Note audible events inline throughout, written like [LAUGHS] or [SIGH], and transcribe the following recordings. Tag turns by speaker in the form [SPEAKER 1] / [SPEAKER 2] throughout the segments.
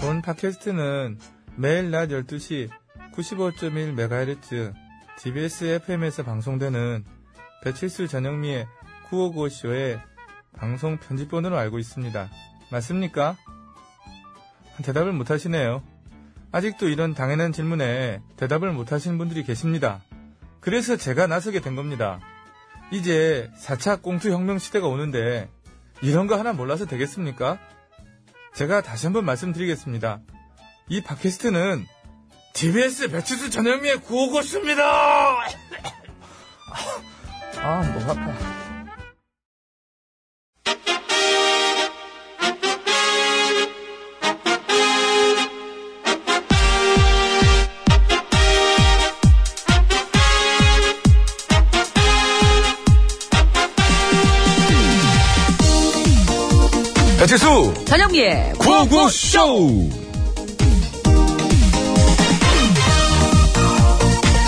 [SPEAKER 1] 본 팟캐스트는 매일 낮 12시 95.1MHz TBS FM에서 방송되는 배칠수 전영미의 9595쇼의 방송 편집본으로 알고 있습니다. 맞습니까? 대답을 못하시네요. 아직도 이런 당연한 질문에 대답을 못하시는 분들이 계십니다. 그래서 제가 나서게 된 겁니다. 이제 4차 공투 혁명 시대가 오는데 이런 거 하나 몰라서 되겠습니까? 제가 다시 한번 말씀드리겠습니다. 이 팟캐스트는 TBS 배치수 전현미의 구호고수입니다! [LAUGHS] 아, 목 아파.
[SPEAKER 2] 배칠수
[SPEAKER 3] 전영미의
[SPEAKER 2] 구호구쇼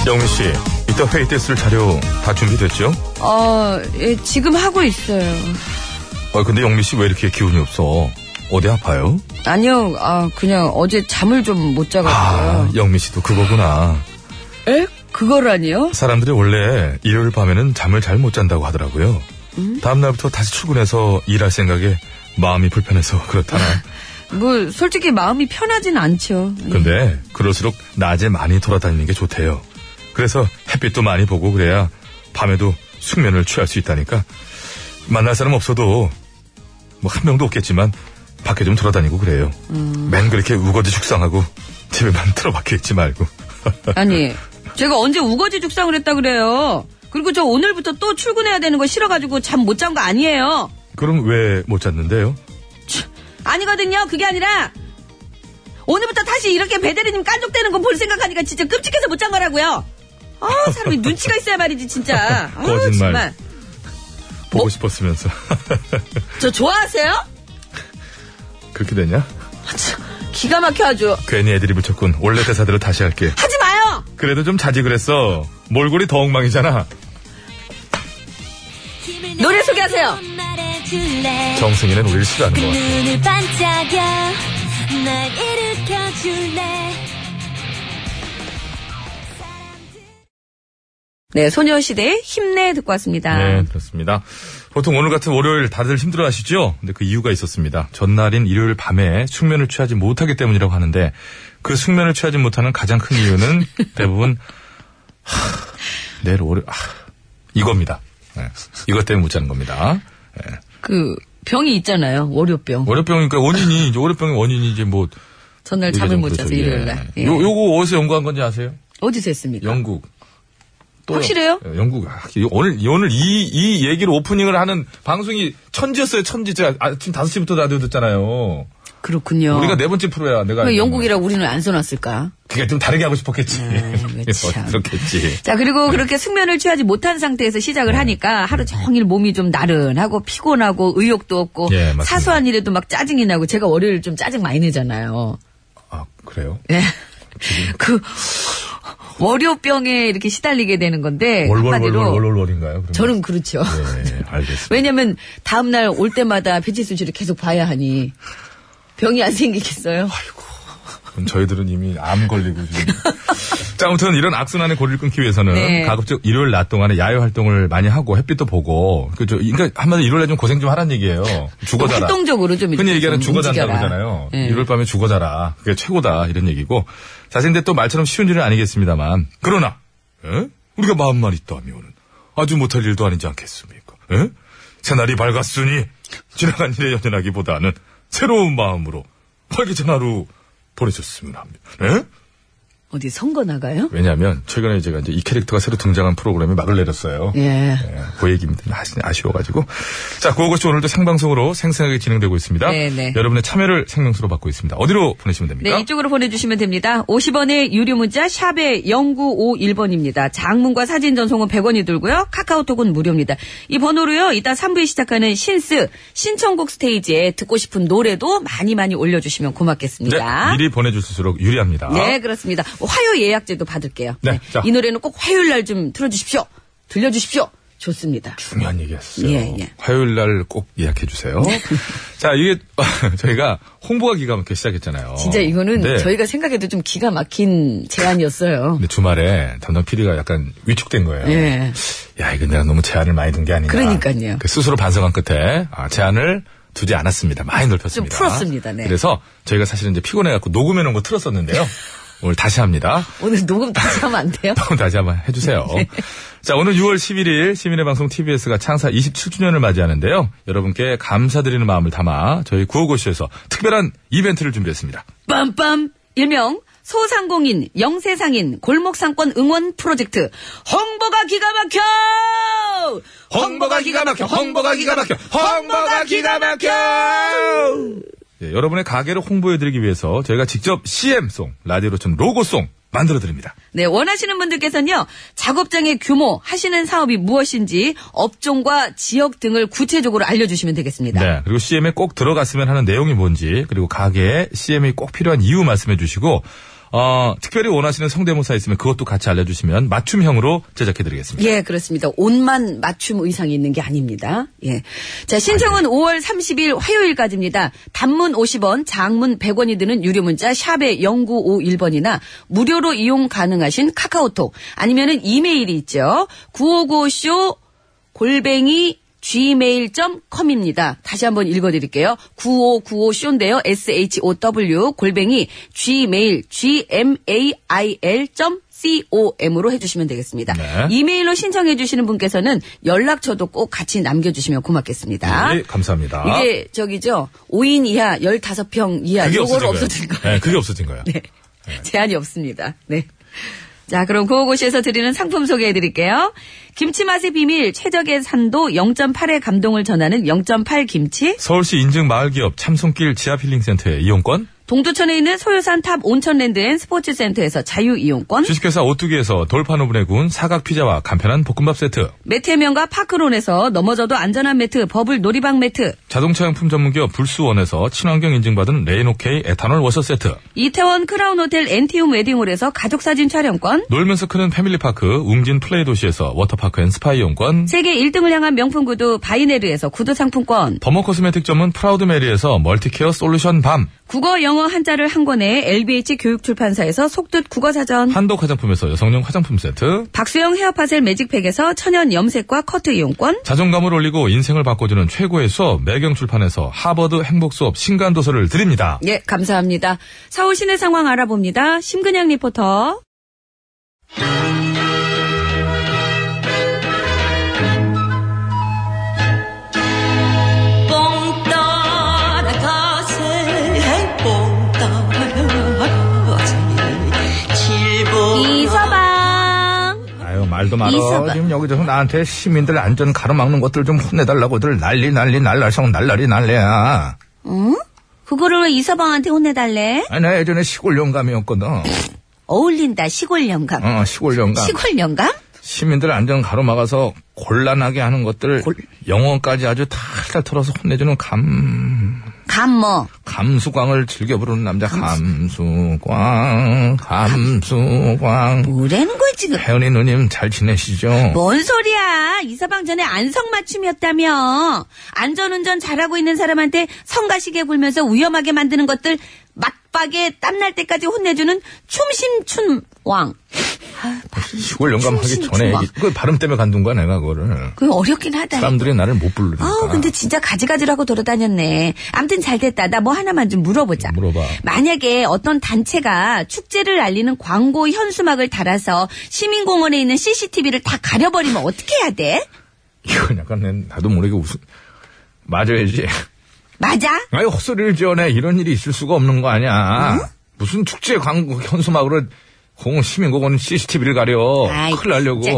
[SPEAKER 2] 영미 씨, 이따 회의 때 쓸 자료 다 준비됐죠?
[SPEAKER 3] 어, 예, 지금 하고 있어요.
[SPEAKER 2] 아 근데 영미 씨 왜 이렇게 기운이 없어? 어디 아파요?
[SPEAKER 3] 아니요, 아, 그냥 어제 잠을 좀 못
[SPEAKER 2] 아,
[SPEAKER 3] 자가지고요.
[SPEAKER 2] 영미 씨도 그거구나.
[SPEAKER 3] 에? 그거라니요?
[SPEAKER 2] 사람들이 원래 일요일 밤에는 잠을 잘 못 잔다고 하더라고요. 다음 날부터 다시 출근해서 일할 생각에 마음이 불편해서 [LAUGHS] 그렇다나.
[SPEAKER 3] 뭐, 솔직히 마음이 편하진 않죠. 예.
[SPEAKER 2] 근데 그럴수록 낮에 많이 돌아다니는 게 좋대요. 그래서 햇빛도 많이 보고 그래야 밤에도 숙면을 취할 수 있다니까. 만날 사람 없어도 뭐 한 명도 없겠지만 밖에 좀 돌아다니고 그래요. 맨 그렇게 우거지 죽상하고 집에만 [LAUGHS] 틀어박혀 있지 말고.
[SPEAKER 3] 아니, 제가 언제 우거지 죽상을 했다 그래요. 그리고 저 오늘부터 또 출근해야 되는 거 싫어가지고 잠 못 잔 거 아니에요.
[SPEAKER 2] 그럼 왜 못 잤는데요?
[SPEAKER 3] 아니거든요. 그게 아니라, 오늘부터 다시 이렇게 배대리님 깐족대는 거 볼 생각하니까 진짜 끔찍해서 못 잔 거라고요. 아, 사람이 눈치가 있어야 말이지, 진짜. 아,
[SPEAKER 2] [LAUGHS] 거짓말.
[SPEAKER 3] 정말.
[SPEAKER 2] 보고
[SPEAKER 3] 뭐?
[SPEAKER 2] 싶었으면서. [LAUGHS]
[SPEAKER 3] 저 좋아하세요?
[SPEAKER 2] 그렇게 되냐?
[SPEAKER 3] 기가 막혀 아주.
[SPEAKER 2] 괜히 애들이 붙였군. 원래 대사대로 다시 할게.
[SPEAKER 3] 하지 마요.
[SPEAKER 2] 그래도 좀 자지 그랬어. 몰골이 더 엉망이잖아.
[SPEAKER 3] 노래 소개하세요.
[SPEAKER 2] 정승이는 우리를 싫어하는 것 같아.
[SPEAKER 4] 눈을 반짝여 날 일으켜줄래
[SPEAKER 3] 네, 소녀시대의 힘내 듣고 왔습니다.
[SPEAKER 2] 네, 그렇습니다. 보통 오늘 같은 월요일 다들 힘들어 하시죠? 근데 그 이유가 있었습니다. 전날인 일요일 밤에 숙면을 취하지 못하기 때문이라고 하는데 그 숙면을 취하지 못하는 가장 큰 이유는 대부분 하, 내일 월요 아, 이겁니다. 네, 이것 때문에 못 자는 겁니다.
[SPEAKER 3] 그 병이 있잖아요. 월요병.
[SPEAKER 2] 월요병이니까 원인이 이제 월요병의 원인이 이제 뭐 그렇죠.
[SPEAKER 3] 전날 잠을 못 자서 일요일 날. 예.
[SPEAKER 2] 요, 요거 어디서 연구한 건지 아세요?
[SPEAKER 3] 어디서 했습니까?
[SPEAKER 2] 영국. 또
[SPEAKER 3] 확실해요?
[SPEAKER 2] 영- 영국. 아, 이- 오늘, 이- 오늘 이, 이 얘기로 오프닝을 하는 방송이 천지였어요, 천지. 제가 아침 5시부터 라디오 듣잖아요.
[SPEAKER 3] 그렇군요.
[SPEAKER 2] 우리가 네 번째 프로야, 내가.
[SPEAKER 3] 왜
[SPEAKER 2] 알기로는.
[SPEAKER 3] 영국이라고 우리는 안 써놨을까?
[SPEAKER 2] 그게 좀 다르게 하고 싶었겠지. [LAUGHS] 예, 뭐
[SPEAKER 3] 아이고, 참.
[SPEAKER 2] 그렇겠지.
[SPEAKER 3] 자, 그리고 그렇게 숙면을 취하지 못한 상태에서
[SPEAKER 2] 네.
[SPEAKER 3] 시작을 하니까 하루 종일 몸이 좀 나른하고 피곤하고 의욕도 없고
[SPEAKER 2] 예, 맞습니다.
[SPEAKER 3] 사소한 일에도 막 짜증이 나고 제가 월요일 좀 짜증 많이 내잖아요.
[SPEAKER 2] 아, 그래요?
[SPEAKER 3] 예. 그 월요병에 이렇게 시달리게 되는 건데 네, 한마디로
[SPEAKER 2] 월월월월월월인가요?
[SPEAKER 3] 저는 그렇죠.
[SPEAKER 2] 네, 알겠습니다.
[SPEAKER 3] [LAUGHS] 왜냐면 다음 날 올 때마다 배치수 씨를 계속 봐야 하니 병이 안 생기겠어요.
[SPEAKER 2] 아, 그럼 저희들은 이미 암 걸리고
[SPEAKER 3] [LAUGHS]
[SPEAKER 2] 지금. 자, 아무튼 이런 악순환의 고리를 끊기 위해서는
[SPEAKER 3] 네.
[SPEAKER 2] 가급적 일요일 낮 동안에 야외 활동을 많이 하고 햇빛도 보고 그죠? 그러니까 한마디로 일요일에 좀 고생 좀 하라는 얘기예요. 죽어 자라.
[SPEAKER 3] 활동적으로 좀
[SPEAKER 2] 흔히
[SPEAKER 3] 이렇게
[SPEAKER 2] 얘기하는
[SPEAKER 3] 좀
[SPEAKER 2] 죽어 잔다
[SPEAKER 3] 움직여라.
[SPEAKER 2] 그러잖아요.
[SPEAKER 3] 예.
[SPEAKER 2] 일요일 밤에 죽어 자라. 그게 최고다 이런 얘기고. 사실 근데 또 말처럼 쉬운 일은 아니겠습니다만 그러나 예? 우리가 마음만 있다면은 아주 못할 일도 아니지 않겠습니까? 예? 새날이 밝았으니 지나간 일에 연연하기보다는 새로운 마음으로 활기찬 하루 보내셨으면 합니다. 예?
[SPEAKER 3] 어디 선거 나가요?
[SPEAKER 2] 왜냐하면 최근에 제가 이제 이 캐릭터가 새로 등장한 프로그램에 막을 내렸어요.
[SPEAKER 3] 예.
[SPEAKER 2] 예, 그 얘기입니다. 아시- 아쉬워가지고. 자, 그것이 오늘도 생방송으로 생생하게 진행되고 있습니다.
[SPEAKER 3] 네네.
[SPEAKER 2] 여러분의 참여를 생명수로 받고 있습니다. 어디로 보내시면 됩니까?
[SPEAKER 3] 네, 이쪽으로 보내주시면 됩니다. 50원의 유료 문자 샵에 0951번입니다. 장문과 사진 전송은 100원이 들고요. 카카오톡은 무료입니다. 이 번호로요. 이따 3부에 시작하는 신스 신청곡 스테이지에 듣고 싶은 노래도 많이 많이 올려주시면
[SPEAKER 2] 네,
[SPEAKER 3] 고맙겠습니다.
[SPEAKER 2] 미리 보내주실수록 유리합니다.
[SPEAKER 3] 네, 그렇습니다. 화요 예약제도 받을게요.
[SPEAKER 2] 아. 네, 자.
[SPEAKER 3] 이 노래는 꼭 화요일 날 좀 틀어주십시오. 들려주십시오. 좋습니다.
[SPEAKER 2] 중요한 얘기였어요.
[SPEAKER 3] 예, 네. 예.
[SPEAKER 2] 화요일 날 꼭 예약해 주세요. [LAUGHS] 자, 이게 저희가 홍보가 기가 막히게 시작했잖아요.
[SPEAKER 3] 진짜 이거는
[SPEAKER 2] 근데,
[SPEAKER 3] 저희가 생각해도 좀 기가 막힌 제안이었어요.
[SPEAKER 2] 근데 주말에 담당 PD가 약간 위축된 거예요.
[SPEAKER 3] 예.
[SPEAKER 2] 야, 이거 내가 너무 제안을 많이 둔 게 아닌가.
[SPEAKER 3] 그러니까요.
[SPEAKER 2] 그 스스로 반성한 끝에 아, 제안을 두지 않았습니다. 많이 넓혔습니다.
[SPEAKER 3] 좀 풀었습니다, 네.
[SPEAKER 2] 그래서 저희가 사실은 이제 피곤해갖고 녹음해 놓은 거
[SPEAKER 3] [LAUGHS]
[SPEAKER 2] 틀었었는데요. 오늘 다시 합니다. [LAUGHS]
[SPEAKER 3] 오늘 녹음 다시 하면 안 돼요?
[SPEAKER 2] 그럼 다시 한번 해주세요.
[SPEAKER 3] 네.
[SPEAKER 2] 자, 오늘 6월 11일 시민의 방송 TBS가 창사 27주년을 맞이하는데요. 여러분께 감사드리는 마음을 담아 저희 구호고쇼에서 특별한 이벤트를 준비했습니다.
[SPEAKER 3] 빰빰 일명 소상공인 영세상인 골목상권 응원 프로젝트 홍보가 기가 막혀
[SPEAKER 2] 홍보가 기가 막혀, 홍보가 기가 막혀, 홍보가 기가 막혀! 예, 여러분의 가게를 홍보해드리기 위해서 저희가 직접 CM송, 라디오로처럼 로고송 만들어드립니다.
[SPEAKER 3] 네 원하시는 분들께서는요 작업장의 규모 하시는 사업이 무엇인지 업종과 지역 등을 구체적으로 알려주시면 되겠습니다
[SPEAKER 2] 네. 그리고 CM에 꼭 들어갔으면 하는 내용이 뭔지, 그리고 가게에 CM이 꼭 필요한 이유 말씀해 주시고, 어, 특별히 원하시는 성대모사 있으면 그것도 같이 알려주시면 맞춤형으로 제작해 드리겠습니다.
[SPEAKER 3] 예, 그렇습니다. 옷만 맞춤 의상이 있는 게 아닙니다. 예. 자, 신청은 5월 30일 화요일까지입니다. 단문 50원, 장문 100원이 드는 유료 문자 샵에 0951번이나 무료로 이용 가능하신 카카오톡 아니면은 이메일이 있죠. 955쇼 골뱅이 gmail.com입니다. 다시 한번 읽어드릴게요. 9595쇼인데요. show 골뱅이 gmail gmail.com으로 해주시면 되겠습니다.
[SPEAKER 2] 네.
[SPEAKER 3] 이메일로 신청해주시는 분께서는 연락처도 꼭 같이 남겨주시면 고맙겠습니다.
[SPEAKER 2] 네, 감사합니다.
[SPEAKER 3] 이게 저기죠. 5인 이하 15평 이하
[SPEAKER 2] 그게
[SPEAKER 3] 요거로 없어진
[SPEAKER 2] 없어진 거예요.
[SPEAKER 3] 거예요. [LAUGHS]
[SPEAKER 2] 네, 그게 없어진 거예요.
[SPEAKER 3] 네. 제한이 없습니다. 네. 자, 그럼 구호고시에서 드리는 상품 소개해 드릴게요. 김치 맛의 비밀 최적의 산도 0.8의 감동을 전하는 0.8 김치,
[SPEAKER 2] 서울시 인증 마을기업 참손길 지하필링센터의 이용권,
[SPEAKER 3] 동두천에 있는 소요산 탑 온천랜드 앤 스포츠센터에서 자유 이용권,
[SPEAKER 2] 주식회사 오뚜기에서 돌판 오븐에 구운 사각피자와 간편한 볶음밥 세트,
[SPEAKER 3] 매트의 명가 파크론에서 넘어져도 안전한 매트, 버블 놀이방 매트,
[SPEAKER 2] 자동차 용품 전문기업 불수원에서 친환경 인증받은 레인오케이 에탄올 워셔 세트,
[SPEAKER 3] 이태원 크라운 호텔 엔티움 웨딩홀에서 가족사진 촬영권,
[SPEAKER 2] 놀면서 크는 패밀리파크 웅진 플레이 도시에서 워터파크 앤 스파 이용권,
[SPEAKER 3] 세계 1등을 향한 명품 구두 바이네르에서 구두 상품권,
[SPEAKER 2] 더머 코스메틱 점은 프라우드 메리에서 멀티케어 솔루션 밤,
[SPEAKER 3] 국어 영어 한자를 한 권에 LBH 교육출판사에서 속뜻 국어사전,
[SPEAKER 2] 한독 화장품에서 여성용 화장품 세트,
[SPEAKER 3] 박수영 헤어파셀 매직팩에서 천연 염색과 커트 이용권,
[SPEAKER 2] 자존감을 올리고 인생을 바꿔주는 최고의 수업 매경 출판에서 하버드 행복 수업 신간 도서를 드립니다.
[SPEAKER 3] 예, 감사합니다. 서울 시내 상황 알아봅니다. 심근양 리포터.
[SPEAKER 5] 뽕 따라가세 뽕 따라가세 칠보
[SPEAKER 3] 이서방.
[SPEAKER 2] 아유 말도 말어.
[SPEAKER 3] 이사가.
[SPEAKER 2] 지금 여기저기 나한테 시민들 안전 가로막는 것들 좀 혼내달라고들 난리 난리 날라성 날라리 난리야.
[SPEAKER 3] 응? 그거를 왜 이서방한테 혼내달래?
[SPEAKER 2] 아니 나 예전에 시골 영감이었거든.
[SPEAKER 3] 어울린다, 시골 영감.
[SPEAKER 2] 어 시골 영감.
[SPEAKER 3] 시골 영감?
[SPEAKER 2] 시민들 안전 가로막아서 곤란하게 하는 것들을 영어까지 아주 탈탈 털어서 혼내주는 감
[SPEAKER 3] 감 뭐.
[SPEAKER 2] 감수광을 즐겨 부르는 남자 감수광 감수광
[SPEAKER 3] 뭐라는 거야, 지금.
[SPEAKER 2] 혜연이 누님 잘 지내시죠?
[SPEAKER 3] 뭔 소리야. 이서방 전에 안성맞춤이었다며. 안전운전 잘하고 있는 사람한테 성가시게 굴면서 위험하게 만드는 것들 막박에 땀날 때까지 혼내주는 춤심춘왕.
[SPEAKER 2] 시골 영감 하기
[SPEAKER 3] 춤신
[SPEAKER 2] 전에
[SPEAKER 3] 추광.
[SPEAKER 2] 이- 그 발음 때문에 간둔 거야 내가 그거를
[SPEAKER 3] 그게 어렵긴 하다.
[SPEAKER 2] 사람들이 나를 못 부르니까
[SPEAKER 3] 아우 근데 진짜 가지가지라고 돌아다녔네. 암튼 잘 됐다. 나 뭐 하나만 좀 물어보자.
[SPEAKER 2] 물어봐.
[SPEAKER 3] 만약에 어떤 단체가 축제를 알리는 광고 현수막을 달아서 시민공원에 있는 CCTV를 다 가려버리면 어떻게 해야 돼?
[SPEAKER 2] 이건 약간 내- 나도 모르게 웃음 맞아야지
[SPEAKER 3] 맞아?
[SPEAKER 2] 아니 헛소리를 지어내 이런 일이 있을 수가 없는 거 아니야. 무슨 축제 광고 현수막으로 공원 시민공원 CCTV를 가려.
[SPEAKER 3] 아이,
[SPEAKER 2] 큰일 날려고.
[SPEAKER 3] 진짜.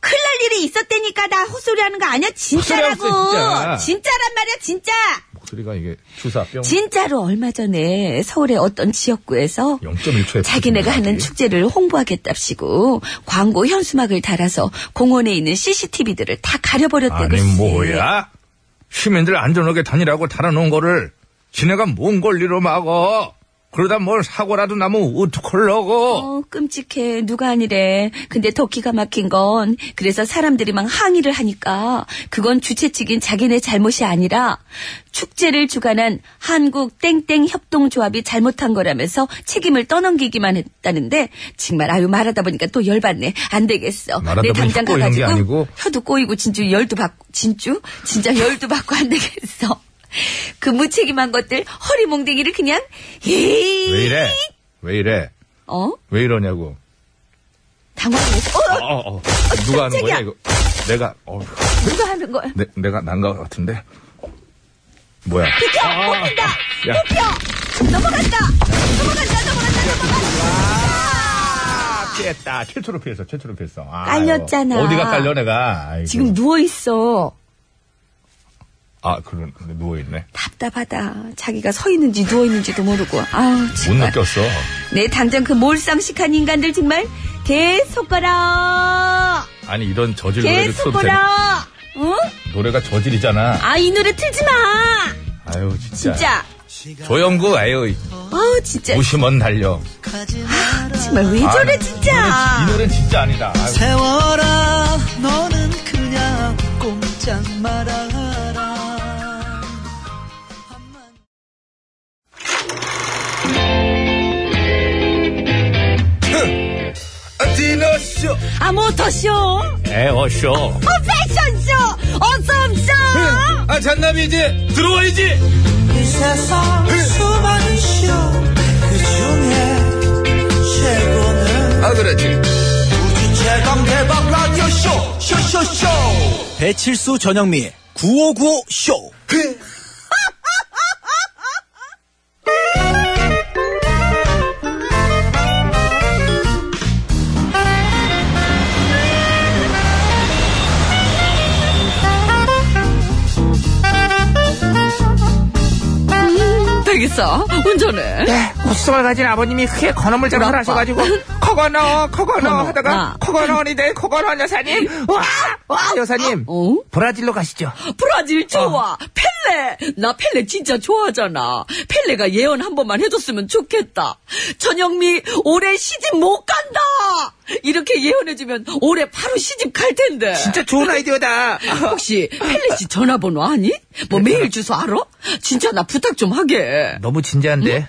[SPEAKER 3] 큰일 날 일이 있었다니까 나 헛소리하는 거 아니야 진짜라고
[SPEAKER 2] 헛소리 없어, 진짜.
[SPEAKER 3] 란 말이야 진짜
[SPEAKER 2] 목소리가 이게 주사병
[SPEAKER 3] 진짜로 얼마 전에 서울의 어떤 지역구에서
[SPEAKER 2] 0.1초에
[SPEAKER 3] 자기네가 하는 축제를 홍보하겠답시고 광고 현수막을 달아서 공원에 있는 CCTV들을 다 가려버렸대고
[SPEAKER 2] 아니 뭐야? 시민들 안전하게 다니라고 달아놓은 거를 지네가 뭔 권리로 막어? 그러다 뭘 사고라도 나면 어떡하려고.
[SPEAKER 3] 어, 끔찍해. 누가 아니래. 근데 더 기가 막힌 건 그래서 사람들이 막 항의를 하니까 그건 주최 측인 자기네 잘못이 아니라 축제를 주관한 한국 땡땡 협동조합이 잘못한 거라면서 책임을 떠넘기기만 했다는데 정말 아유 말하다 보니까 또 열받네. 안 되겠어.
[SPEAKER 2] 말하다
[SPEAKER 3] 내
[SPEAKER 2] 보니
[SPEAKER 3] 당장
[SPEAKER 2] 혀 꼬이는 게
[SPEAKER 3] 가가지고
[SPEAKER 2] 아니고?
[SPEAKER 3] 혀도 꼬이고 진주 열도 받고 진주 진짜 열도 받고 안 되겠어. 그 무책임한 것들 허리몽댕이를 그냥 에이
[SPEAKER 2] 왜 이래? 왜 이래?
[SPEAKER 3] 어?
[SPEAKER 2] 왜 이러냐고.
[SPEAKER 3] 당황해서 어,
[SPEAKER 2] 어, 어. 누가 하는
[SPEAKER 3] 깜짝이야.
[SPEAKER 2] 거야, 이거? 내가, 어,
[SPEAKER 3] 누가 하는 거야?
[SPEAKER 2] 내, 내가 난가 같은데? 아, 뭐야?
[SPEAKER 3] 뽑힌다!
[SPEAKER 2] 야.
[SPEAKER 3] 뽑혀! 넘어간다! 넘어간다! 넘어간다! 넘어간다!
[SPEAKER 2] 피했다. 최초로 피했어, 최초로 피했어. 아,
[SPEAKER 3] 깔렸잖아.
[SPEAKER 2] 이거 어디가 깔려, 내가. 아이고.
[SPEAKER 3] 지금 누워있어.
[SPEAKER 2] 아, 그런, 누워있네.
[SPEAKER 3] 답답하다. 자기가 서 있는지 누워 있는지도 모르고. 아우,
[SPEAKER 2] 못
[SPEAKER 3] 정말.
[SPEAKER 2] 느꼈어.
[SPEAKER 3] 내 당장 그 몰상식한 인간들 정말 계속 거라.
[SPEAKER 2] 아니, 이런 저질 그 노래를
[SPEAKER 3] 계속
[SPEAKER 2] 틀어도 되는,
[SPEAKER 3] 거라. 응?
[SPEAKER 2] 노래가 저질이잖아.
[SPEAKER 3] 아, 이 노래 틀지 마.
[SPEAKER 2] 아유, 진짜.
[SPEAKER 3] 진짜.
[SPEAKER 2] 조영구, 아유,
[SPEAKER 3] 아우, 진짜.
[SPEAKER 2] 무심원 날려.
[SPEAKER 3] 정말 왜 저래
[SPEAKER 2] 뭐 아유,
[SPEAKER 3] 진짜.
[SPEAKER 2] 이 노래는 진짜 아니다. 아유.
[SPEAKER 6] 세워라 너는 그냥 꼼짝 말아라
[SPEAKER 2] 디너쇼!
[SPEAKER 3] 아, 모터쇼. 어,
[SPEAKER 2] 에어쇼!
[SPEAKER 3] 패션쇼. 어썸쇼.
[SPEAKER 2] 아, 잔남이 이제 들어와야지!
[SPEAKER 6] 이 세상 수많은 쇼그 중에 최고는
[SPEAKER 2] 아, 그렇지.
[SPEAKER 6] 우주 최강 대박 라디오 쇼 쇼쇼쇼 배칠수 전영미 9595 쇼
[SPEAKER 3] 되겠어. 운전해.
[SPEAKER 1] 네, 고수성을 가진 아버님이 크게 건어물 장사를
[SPEAKER 3] 그렇다.
[SPEAKER 1] 하셔가지고
[SPEAKER 3] [LAUGHS]
[SPEAKER 1] 커건어 커건어
[SPEAKER 3] 커건어, 아.
[SPEAKER 1] 하다가 커건어원이 된 커건어 여사님 와! 와 여사님
[SPEAKER 3] 어?
[SPEAKER 1] 브라질로 가시죠 어.
[SPEAKER 3] 브라질 좋아. 펠레. 나 펠레 진짜 좋아하잖아. 펠레가 예언 한 번만 해줬으면 좋겠다. 전영미 올해 시집 못 간다. 이렇게 예언해주면 올해 바로 시집 갈 텐데.
[SPEAKER 1] 진짜 좋은 아이디어다
[SPEAKER 3] 혹시 펠레 씨 전화번호 아니? 뭐
[SPEAKER 1] 네,
[SPEAKER 3] 메일 주소 알아? 진짜 나 부탁 좀 하게.
[SPEAKER 1] 너무 진지한데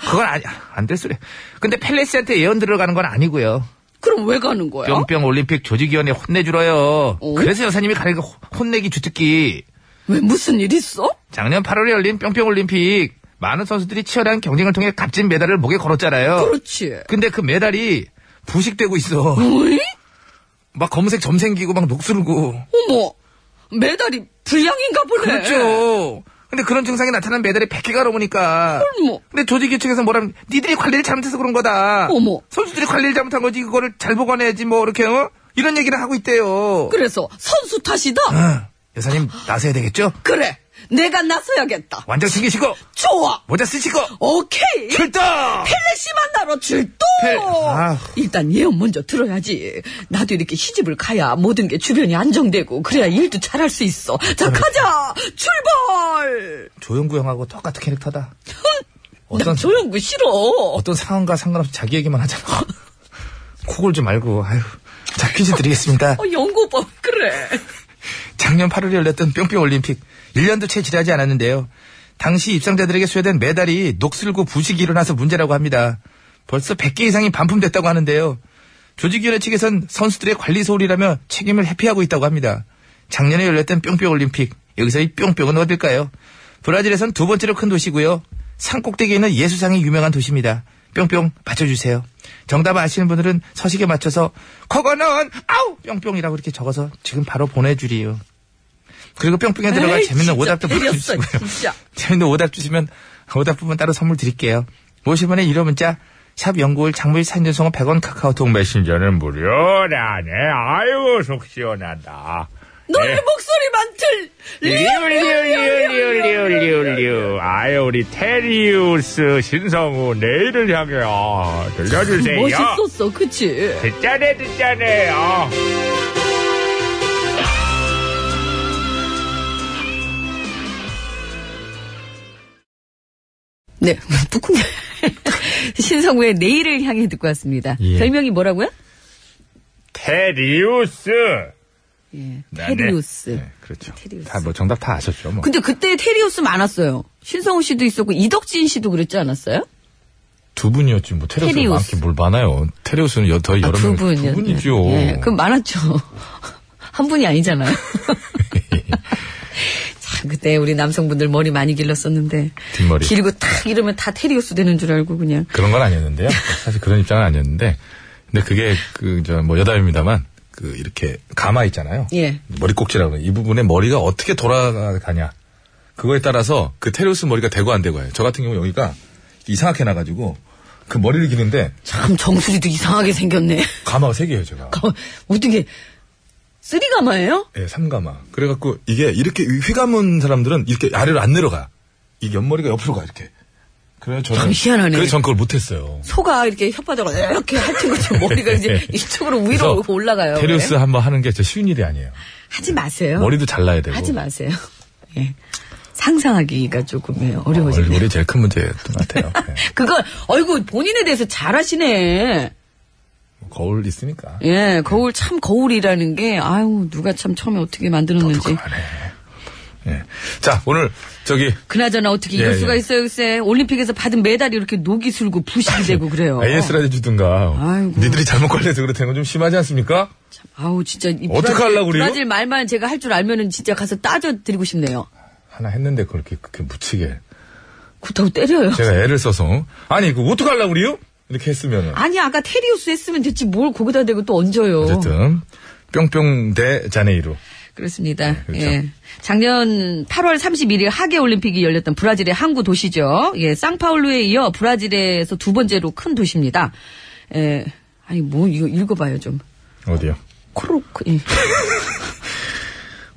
[SPEAKER 1] 그건 아니 안될 소리 근데 펠레스한테 예언 들어가는 건 아니고요
[SPEAKER 3] 그럼 왜 가는 거야?
[SPEAKER 1] 뿅뿅 올림픽 조직위원회 혼내주러요
[SPEAKER 3] 오?
[SPEAKER 1] 그래서 여사님이 가는 거 호- 혼내기 주특기
[SPEAKER 3] 왜 무슨 일 있어?
[SPEAKER 1] 작년 8월에 열린 뿅뿅 올림픽 많은 선수들이 치열한 경쟁을 통해 값진 메달을 목에 걸었잖아요
[SPEAKER 3] 그렇지.
[SPEAKER 1] 근데 그 메달이 부식되고 있어.
[SPEAKER 3] 어이?
[SPEAKER 1] 막 검은색 점 생기고 막 녹슬고.
[SPEAKER 3] 어머. 메달이 불량인가 보네. 예.
[SPEAKER 1] 그렇죠. 근데 그런 증상이 나타난 메달이 100개가 넘으니까.
[SPEAKER 3] 어머.
[SPEAKER 1] 근데 조직위 측에서 뭐라면 니들이 관리를 잘못해서 그런 거다.
[SPEAKER 3] 어머.
[SPEAKER 1] 선수들이 관리를 잘못한 거지 그거를 잘 보관해야지 뭐 이렇게 어? 이런 얘기를 하고 있대요.
[SPEAKER 3] 그래서 선수 탓이다?
[SPEAKER 1] 응. 여사님 나서야 되겠죠?
[SPEAKER 3] 그래. 내가 나서야겠다.
[SPEAKER 1] 완전 챙기시고
[SPEAKER 3] 좋아.
[SPEAKER 1] 모자 쓰시고
[SPEAKER 3] 오케이.
[SPEAKER 1] 출동.
[SPEAKER 3] 펠레씨 만나러 출동.
[SPEAKER 1] 그- 펠- 아휴.
[SPEAKER 3] 일단 예언 먼저 들어야지. 나도 이렇게 시집을 가야 모든 게 주변이 안정되고 그래야 일도 잘할 수 있어. 자 가자. 출발.
[SPEAKER 1] 조영구 형하고 똑같은 캐릭터다.
[SPEAKER 3] 나
[SPEAKER 1] 어떤
[SPEAKER 3] 조영구 싫어.
[SPEAKER 1] 어떤 상황과 상관없이 자기 얘기만 하잖아. [LAUGHS] 코골지 말고 아유. 자 퀴즈 드리겠습니다.
[SPEAKER 3] 어, 영구 오빠 왜 그래.
[SPEAKER 1] 작년 8월에 열렸던 뿅뿅 올림픽 1년도 채 지나지 않았는데요. 당시 입상자들에게 수여된 메달이 녹슬고 부식이 일어나서 문제라고 합니다. 벌써 100개 이상이 반품됐다고 하는데요. 조직위원회 측에선 선수들의 관리 소홀이라며 책임을 회피하고 있다고 합니다. 작년에 열렸던 뿅뿅 올림픽 여기서 이 뿅뿅은 어딜까요? 브라질에선 두 번째로 큰 도시고요. 산 꼭대기에 있는 예수상이 유명한 도시입니다. 뿅뿅 맞춰주세요. 정답 아시는 분들은 서식에 맞춰서 커거는 아우 뿅뿅이라고 이렇게 적어서 지금 바로 보내주리요. 그리고 뿅뿅에 들어갈
[SPEAKER 3] 에이,
[SPEAKER 1] 재밌는
[SPEAKER 3] 진짜
[SPEAKER 1] 오답도
[SPEAKER 3] 때렸어,
[SPEAKER 1] 보내주시고요. 네.
[SPEAKER 3] 진짜.
[SPEAKER 1] [LAUGHS] 재밌는 오답 주시면 오답 부분 따로 선물 드릴게요. 50원의 유료 문자 샵 연구일 장물 산전송은 100원 카카오톡
[SPEAKER 2] 메신저는 무료라네. 아이고, 속 시원하다.
[SPEAKER 3] 너의 목소리만 들. 예,
[SPEAKER 2] 리얼리얼리얼리얼리얼리얼 아유 우리 테리우스 신성우 내일을 향해 요 들려주세요
[SPEAKER 3] 멋있었어, 그치?
[SPEAKER 2] 듣자네 듣자네 요
[SPEAKER 3] 네, [LAUGHS] 북궁 신성우의 내일을 향해 듣고 왔습니다.
[SPEAKER 2] 예.
[SPEAKER 3] 별명이 뭐라고요?
[SPEAKER 2] 테리우스.
[SPEAKER 3] 예,
[SPEAKER 2] 네,
[SPEAKER 3] 테리우스.
[SPEAKER 2] 네, 그렇죠.
[SPEAKER 3] 테리우스.
[SPEAKER 2] 다 뭐 정답 다 아셨죠. 뭐.
[SPEAKER 3] 근데 그때 테리우스 많았어요. 신성우 씨도 있었고 이덕진 씨도 그랬지 않았어요?
[SPEAKER 2] 두 분이었지 뭐 테리우스
[SPEAKER 3] 테리우스.
[SPEAKER 2] 많긴 뭘 많아요. 테리우스는 여- 더 여러
[SPEAKER 3] 아, 두
[SPEAKER 2] 명,
[SPEAKER 3] 분.
[SPEAKER 2] 두 분이죠.
[SPEAKER 3] 예, 그럼 많았죠. [LAUGHS] 한 분이 [LAUGHS] 아니잖아요. 참, 그때 우리 남성분들 머리 많이 길렀었는데.
[SPEAKER 2] 뒷머리.
[SPEAKER 3] 길고 탁 이러면 다 테리우스 되는 줄 알고 그냥.
[SPEAKER 2] 그런 건 아니었는데요. 사실 그런 입장은 아니었는데, 근데 그게 그 저 뭐 여담입니다만 그 이렇게 가마 있잖아요.
[SPEAKER 3] 예.
[SPEAKER 2] 머리 꼭지라고 해요. 이 부분에 머리가 어떻게 돌아가냐 그거에 따라서 그 테리우스 머리가 되고 안 되고 해요. 저 같은 경우 여기가 이상하게 나가지고 그 머리를 기는데
[SPEAKER 3] 참, 정수리도 이상하게 생겼네. [LAUGHS]
[SPEAKER 2] 가마가 세 개예요 제가.
[SPEAKER 3] 가- 어떻게, 쓰리가마예요
[SPEAKER 2] 예, 삼가마. 그래갖고 이게 이렇게 휘감은 사람들은 이렇게 아래로 안 내려가. 이 옆머리가 옆으로 가 이렇게. 그래서 저는
[SPEAKER 3] 참 희한하네.
[SPEAKER 2] 그래서 전 그걸 못했어요.
[SPEAKER 3] 소가 이렇게 혓바닥을 이렇게 핥은 것처럼 머리가 [LAUGHS] 이제 이쪽으로 위로
[SPEAKER 2] 그래서
[SPEAKER 3] 올라가요.
[SPEAKER 2] 테리우스
[SPEAKER 3] 왜?
[SPEAKER 2] 한번 하는 게 진짜 쉬운 일이 아니에요.
[SPEAKER 3] 하지 마세요.
[SPEAKER 2] 머리도 잘라야 되고.
[SPEAKER 3] 하지 마세요. 예. 상상하기가 조금 예,
[SPEAKER 2] 어,
[SPEAKER 3] 어려워지네요.
[SPEAKER 2] 얼굴이 제일 큰 문제였던 것 같아요. 예.
[SPEAKER 3] 그걸 아이고 본인에 대해서 잘하시네.
[SPEAKER 2] 뭐 거울 있으니까.
[SPEAKER 3] 예, 거울 참 거울이라는 게 아유 누가 참 처음에 어떻게 만들었는지.
[SPEAKER 2] 예. 자, 오늘 저기
[SPEAKER 3] 그나저나 어떻게 이럴
[SPEAKER 2] 예,
[SPEAKER 3] 수가
[SPEAKER 2] 예.
[SPEAKER 3] 있어요, 글쎄. 올림픽에서 받은 메달이 이렇게 녹이 슬고 부식이 되고 그래요.
[SPEAKER 2] AS 라디오든가
[SPEAKER 3] 어. 아이고.
[SPEAKER 2] 니들이 잘못 걸려서 그렇다는 건 좀 심하지 않습니까?
[SPEAKER 3] 아우 진짜 이
[SPEAKER 2] 어떻게
[SPEAKER 3] 브라질-
[SPEAKER 2] 하려고 그래요?
[SPEAKER 3] 브라질 말만 제가 할 줄 알면은 진짜 가서 따져 드리고 싶네요.
[SPEAKER 2] 하나 했는데 그렇게 그렇게 묻히게
[SPEAKER 3] 그렇다고 때려요.
[SPEAKER 2] 제가 애를 써서 아니 그 어떻게 하려고 그래요? 이렇게 했으면은
[SPEAKER 3] 아니 아까 테리우스 했으면 됐지 뭘 거기다 대고 또 얹어요.
[SPEAKER 2] 어쨌든 뿅뿅 대 자네이루
[SPEAKER 3] 그렇습니다.
[SPEAKER 2] 그렇죠.
[SPEAKER 3] 예. 작년 8월 31일 하계 올림픽이 열렸던 브라질의 항구 도시죠. 예, 상파울루에 이어 브라질에서 두 번째로 큰 도시입니다. 예. 아니 뭐 이거 읽어봐요 좀.
[SPEAKER 2] 어디요?
[SPEAKER 3] 코로크. 예.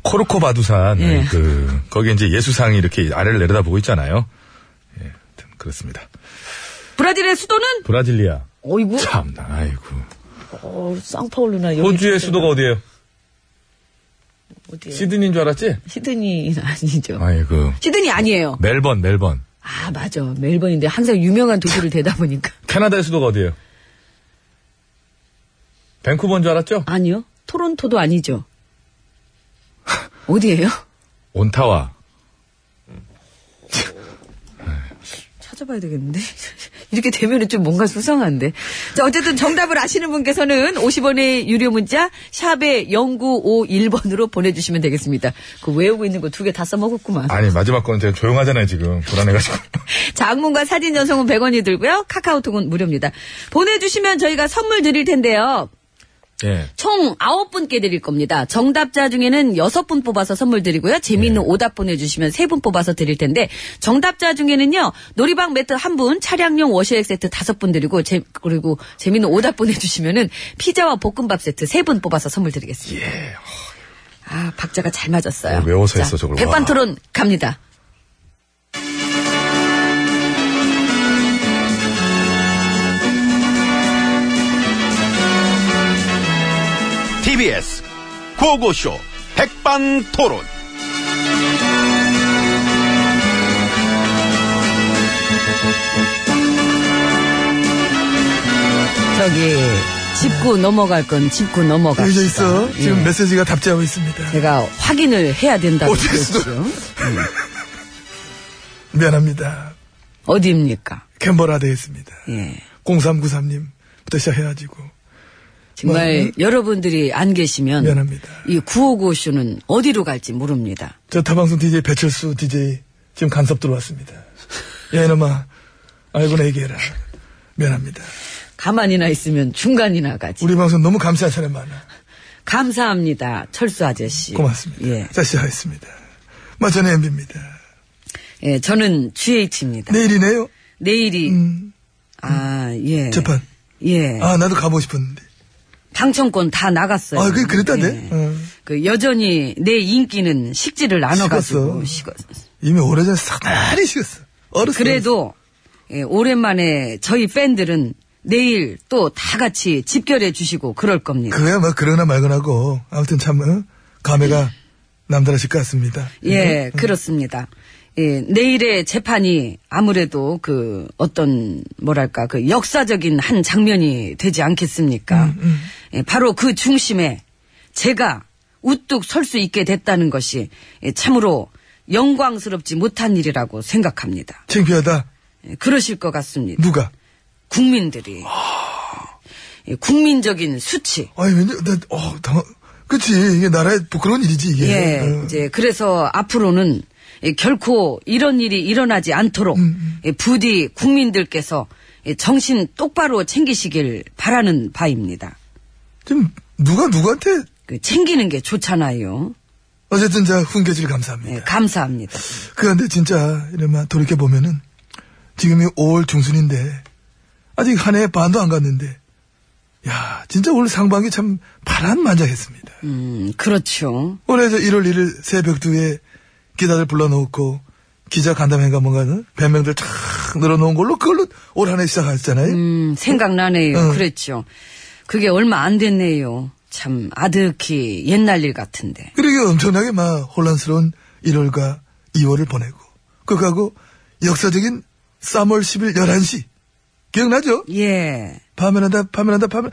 [SPEAKER 2] 코르코바두산
[SPEAKER 3] 예.
[SPEAKER 2] 그 거기 이제 예수상이 이렇게 아래를 내려다보고 있잖아요. 예, 하여튼 그렇습니다.
[SPEAKER 3] 브라질의 수도는
[SPEAKER 2] 브라질리아
[SPEAKER 3] 어이구.
[SPEAKER 2] 참나 아이고
[SPEAKER 3] 어, 상파울루나 여기
[SPEAKER 2] 호주의 수도가 어디예요?
[SPEAKER 3] 어디예요?
[SPEAKER 2] 시드니인 줄 알았지?
[SPEAKER 3] 시드니 [LAUGHS] 아니죠.
[SPEAKER 2] 아이고
[SPEAKER 3] 시드니 아니에요.
[SPEAKER 2] 멜번 멜번
[SPEAKER 3] 아 맞아 멜번인데 항상 유명한 도시를 되다 보니까
[SPEAKER 2] 캐나다의 수도가 어디예요? 밴쿠버인 줄 알았죠?
[SPEAKER 3] 아니요 토론토도 아니죠. [LAUGHS] 어디예요?
[SPEAKER 2] 온타와
[SPEAKER 3] 찾아봐야 되겠는데. [LAUGHS] 이렇게 되면은 좀 뭔가 수상한데. 자, 어쨌든 정답을 아시는 분께서는 50원의 유료 문자, 샵에 0951번으로 보내주시면 되겠습니다. 그 외우고 있는 거 두 개 다 써먹었구만.
[SPEAKER 2] 아니 마지막 거는 되게 조용하잖아요 지금 불안해가지고
[SPEAKER 3] 장문과 사진 전송은 100원이 들고요. 카카오톡은 무료입니다. 보내주시면 저희가 선물 드릴 텐데요.
[SPEAKER 2] 예
[SPEAKER 3] 총 9분께 드릴 겁니다. 정답자 중에는 6분 뽑아서 선물 드리고요. 재미있는
[SPEAKER 2] 네.
[SPEAKER 3] 오답 보내주시면 3분 뽑아서 드릴 텐데, 정답자 중에는요, 놀이방 매트 1분, 차량용 워셔액 세트 5분 드리고, 제- 그리고 재미있는 오답 보내주시면은 피자와 볶음밥 세트 3분 뽑아서 선물 드리겠습니다. 아, 박자가 잘 맞았어요.
[SPEAKER 2] 예. 어, 외워서
[SPEAKER 3] 자,
[SPEAKER 2] 했어, 저걸.
[SPEAKER 3] 백반
[SPEAKER 2] 와.
[SPEAKER 3] 토론 갑니다.
[SPEAKER 7] TBS 고고쇼 백반토론.
[SPEAKER 3] 저기, 짚고 넘어갈 건 짚고 넘어가. 예.
[SPEAKER 2] 여기 있어 지금 메시지가 답지하고 있습니다
[SPEAKER 3] 제가 확인을 해야 된다고
[SPEAKER 2] 어떻게
[SPEAKER 3] 그랬죠.
[SPEAKER 2] 미안합니다
[SPEAKER 3] 어디입니까?
[SPEAKER 2] 캔버라 되겠습니다
[SPEAKER 3] 예.
[SPEAKER 2] 0393님부터 시작해가지고
[SPEAKER 3] 정말 여러분들이 안 계시면
[SPEAKER 2] 네. 미안합니다.
[SPEAKER 3] 이 959쇼는 어디로 갈지 모릅니다.
[SPEAKER 2] 저 타방송 DJ 배철수 DJ 지금 간섭 들어왔습니다 야 이놈아 알고나 얘기해라 미안합니다
[SPEAKER 3] 가만히나 있으면 중간이나 가지.
[SPEAKER 2] 우리 방송 너무 감사한 사람 많아
[SPEAKER 3] 감사합니다. 철수 아저씨.
[SPEAKER 2] 고맙습니다
[SPEAKER 6] 네.
[SPEAKER 3] 예.
[SPEAKER 2] 자 시작하겠습니다 마천의 엠비입니다
[SPEAKER 3] 예, 저는 GH입니다.
[SPEAKER 2] 내일이네요
[SPEAKER 3] 내일이
[SPEAKER 2] 음,
[SPEAKER 3] 아, 예.
[SPEAKER 2] 재판
[SPEAKER 3] 예.
[SPEAKER 6] 네.
[SPEAKER 2] 아 나도 가보고 싶었는데
[SPEAKER 3] 당첨권 다 나갔어요.
[SPEAKER 2] 아, 그- 그랬다네?
[SPEAKER 3] 예.
[SPEAKER 2] 어.
[SPEAKER 3] 그 여전히 내 인기는 식지를 나눠 가지고
[SPEAKER 2] 식었어.
[SPEAKER 3] 식었.
[SPEAKER 2] 이미 오래전에 사나리 식었어 얼었어
[SPEAKER 3] 그래도 예, 오랜만에 저희 팬들은 내일 또 다 같이 집결해 주시고 그럴 겁니다.
[SPEAKER 2] 그야 뭐 그러나 말거나고 아무튼 참 어? 감회가 남다르실 것 같습니다.
[SPEAKER 3] 예, 그렇습니다. 예, 내일의 재판이 아무래도 그 어떤 뭐랄까 그 역사적인 한 장면이 되지 않겠습니까? 예, 바로 그 중심에 제가 우뚝 설 수 있게 됐다는 것이 예, 참으로 영광스럽지 못한 일이라고 생각합니다.
[SPEAKER 6] 창피하다.
[SPEAKER 3] 예, 그러실 것 같습니다.
[SPEAKER 6] 누가?
[SPEAKER 3] 국민들이 예, 국민적인 수치.
[SPEAKER 6] 아니, 왠지, 나, 어, 당황. 그치. 이게 나라에 부끄러운 일이지, 이게.
[SPEAKER 3] 예,
[SPEAKER 6] 어.
[SPEAKER 3] 이제 그래서 앞으로는 예, 결코 이런 일이 일어나지 않도록 예, 부디 국민들께서 예, 정신 똑바로 챙기시길 바라는 바입니다.
[SPEAKER 6] 지금, 누가 누구한테?
[SPEAKER 3] 그 챙기는 게 좋잖아요.
[SPEAKER 6] 어쨌든, 자, 훈계질
[SPEAKER 3] 예,
[SPEAKER 6] 감사합니다.
[SPEAKER 3] 감사합니다.
[SPEAKER 6] 그런데 진짜, 이러면 돌이켜보면은, 지금이 5월 중순인데, 아직 한 해 반도 안 갔는데, 야, 진짜 올 상반기 참 파란만장했습니다.
[SPEAKER 3] 음, 그렇죠.
[SPEAKER 6] 올해 저 1월 1일 새벽 2에 기자들 불러놓고 기자 간담회인가 뭔가는 변명들 촥 늘어놓은 걸로 그걸로 올 한 해 시작하셨잖아요.
[SPEAKER 3] 음, 생각나네요.
[SPEAKER 6] 응.
[SPEAKER 3] 그랬죠. 그게 얼마 안 됐네요. 참 아득히 옛날 일 같은데.
[SPEAKER 6] 그러게 엄청나게 막 혼란스러운 1월과 2월을 보내고 그거하고 역사적인 3월 10일 11시 기억나죠?
[SPEAKER 3] 예.
[SPEAKER 6] 파면한다 파면한다 파면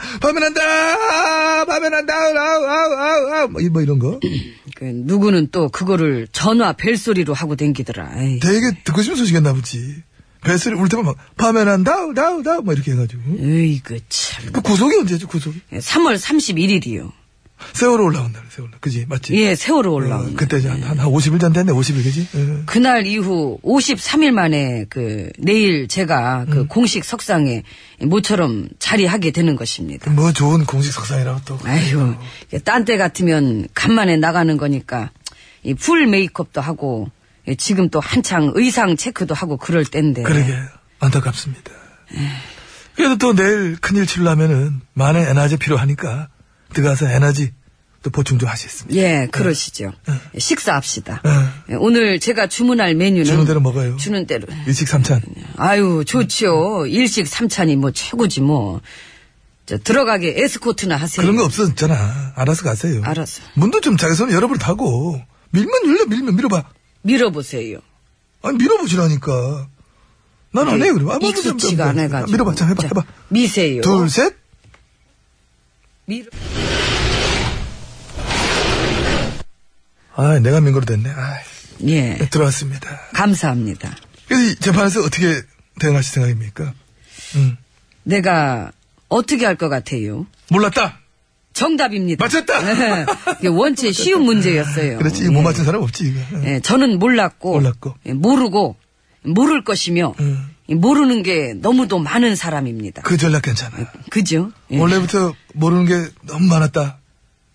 [SPEAKER 6] 파면한다 파면한다 아우 아우 아우 아우 뭐, 이- 뭐 이런 거 [CLEARS THROAT]
[SPEAKER 3] 그 누구는 또 그거를 전화 벨소리로 하고 댕기더라. 에이.
[SPEAKER 6] 되게 듣고 싶은 소식이었나 보지 뱃소리 울 때만 막 파면한다 다다 뭐 이렇게 해가지고
[SPEAKER 3] 으이그 참.
[SPEAKER 6] 그 구속이 언제죠 구속이
[SPEAKER 3] 3월 31일이요.
[SPEAKER 6] 세월호 올라온다 그래, 세월호 그지 맞지?
[SPEAKER 3] 예, 세월호
[SPEAKER 6] 어,
[SPEAKER 3] 올라온.
[SPEAKER 6] 그때 한, 한 50일 전 됐네 50일 그지? 예.
[SPEAKER 3] 그날 이후 53일 만에 그 내일 제가
[SPEAKER 6] 음.
[SPEAKER 3] 그 공식 석상에 모처럼 자리하게 되는 것입니다.
[SPEAKER 6] 뭐 좋은 공식 석상이라고 또
[SPEAKER 3] 아유, 딴 때 같으면 간만에 나가는 거니까 이 풀 메이크업도 하고 예, 지금 또 한창 의상 체크도 하고 그럴 때인데.
[SPEAKER 6] 예. 그러게 안타깝습니다 그래도 또 내일 큰일 치려면은 많은 에너지 필요하니까 들어가서 에너지 또 보충 좀 하시겠습니다
[SPEAKER 3] 예, 그러시죠. 식사합시다.
[SPEAKER 6] 예.
[SPEAKER 3] 예, 오늘 제가 주문할 메뉴는
[SPEAKER 6] 네. 주는 대로 뭐? 먹어요.
[SPEAKER 3] 네. 주는 네. 대로.
[SPEAKER 6] 일식 삼찬
[SPEAKER 3] 아유, 좋지요. 일식 삼찬이 뭐 최고지 뭐. 저 들어가게 에스코트나 하세요.
[SPEAKER 6] 그런 거 없어졌잖아 알아서 가세요
[SPEAKER 3] 알았어.
[SPEAKER 6] 문도 좀 자기 손에 여러 번 타고 밀면 밀려 밀면 밀어봐
[SPEAKER 3] 밀어보세요.
[SPEAKER 6] 아니 밀어보시라니까 난 안 해요 그럼 아, 뭐, 뭐, 좀, 좀,
[SPEAKER 3] 익숙치가 안
[SPEAKER 6] 좀.
[SPEAKER 3] 해가지고.
[SPEAKER 6] 밀어봐 자 해봐
[SPEAKER 3] 자,
[SPEAKER 6] 해봐
[SPEAKER 3] 미세요.
[SPEAKER 6] 둘셋
[SPEAKER 3] 밀어.
[SPEAKER 6] 아, 내가 민거로 됐네. 아,
[SPEAKER 3] 예,
[SPEAKER 6] 들어왔습니다.
[SPEAKER 3] 감사합니다.
[SPEAKER 6] 그래서 이 재판에서 어떻게 대응하실 생각입니까?
[SPEAKER 3] 내가 어떻게 할 것 같아요?
[SPEAKER 6] 몰랐다.
[SPEAKER 3] 정답입니다.
[SPEAKER 6] 맞췄다.
[SPEAKER 3] [LAUGHS] 이게 원체 쉬운 문제였어요.
[SPEAKER 6] 그렇지.
[SPEAKER 3] 예.
[SPEAKER 6] 못 맞춘 사람 없지, 이거.
[SPEAKER 3] 예, 저는 몰랐고,
[SPEAKER 6] 몰랐고.
[SPEAKER 3] 예, 모르고, 모를 것이며,
[SPEAKER 6] 음.
[SPEAKER 3] 예, 모르는 게 너무도 많은 사람입니다.
[SPEAKER 6] 그 전략 괜찮아.
[SPEAKER 3] 그죠? 예.
[SPEAKER 6] 원래부터 모르는 게 너무 많았다.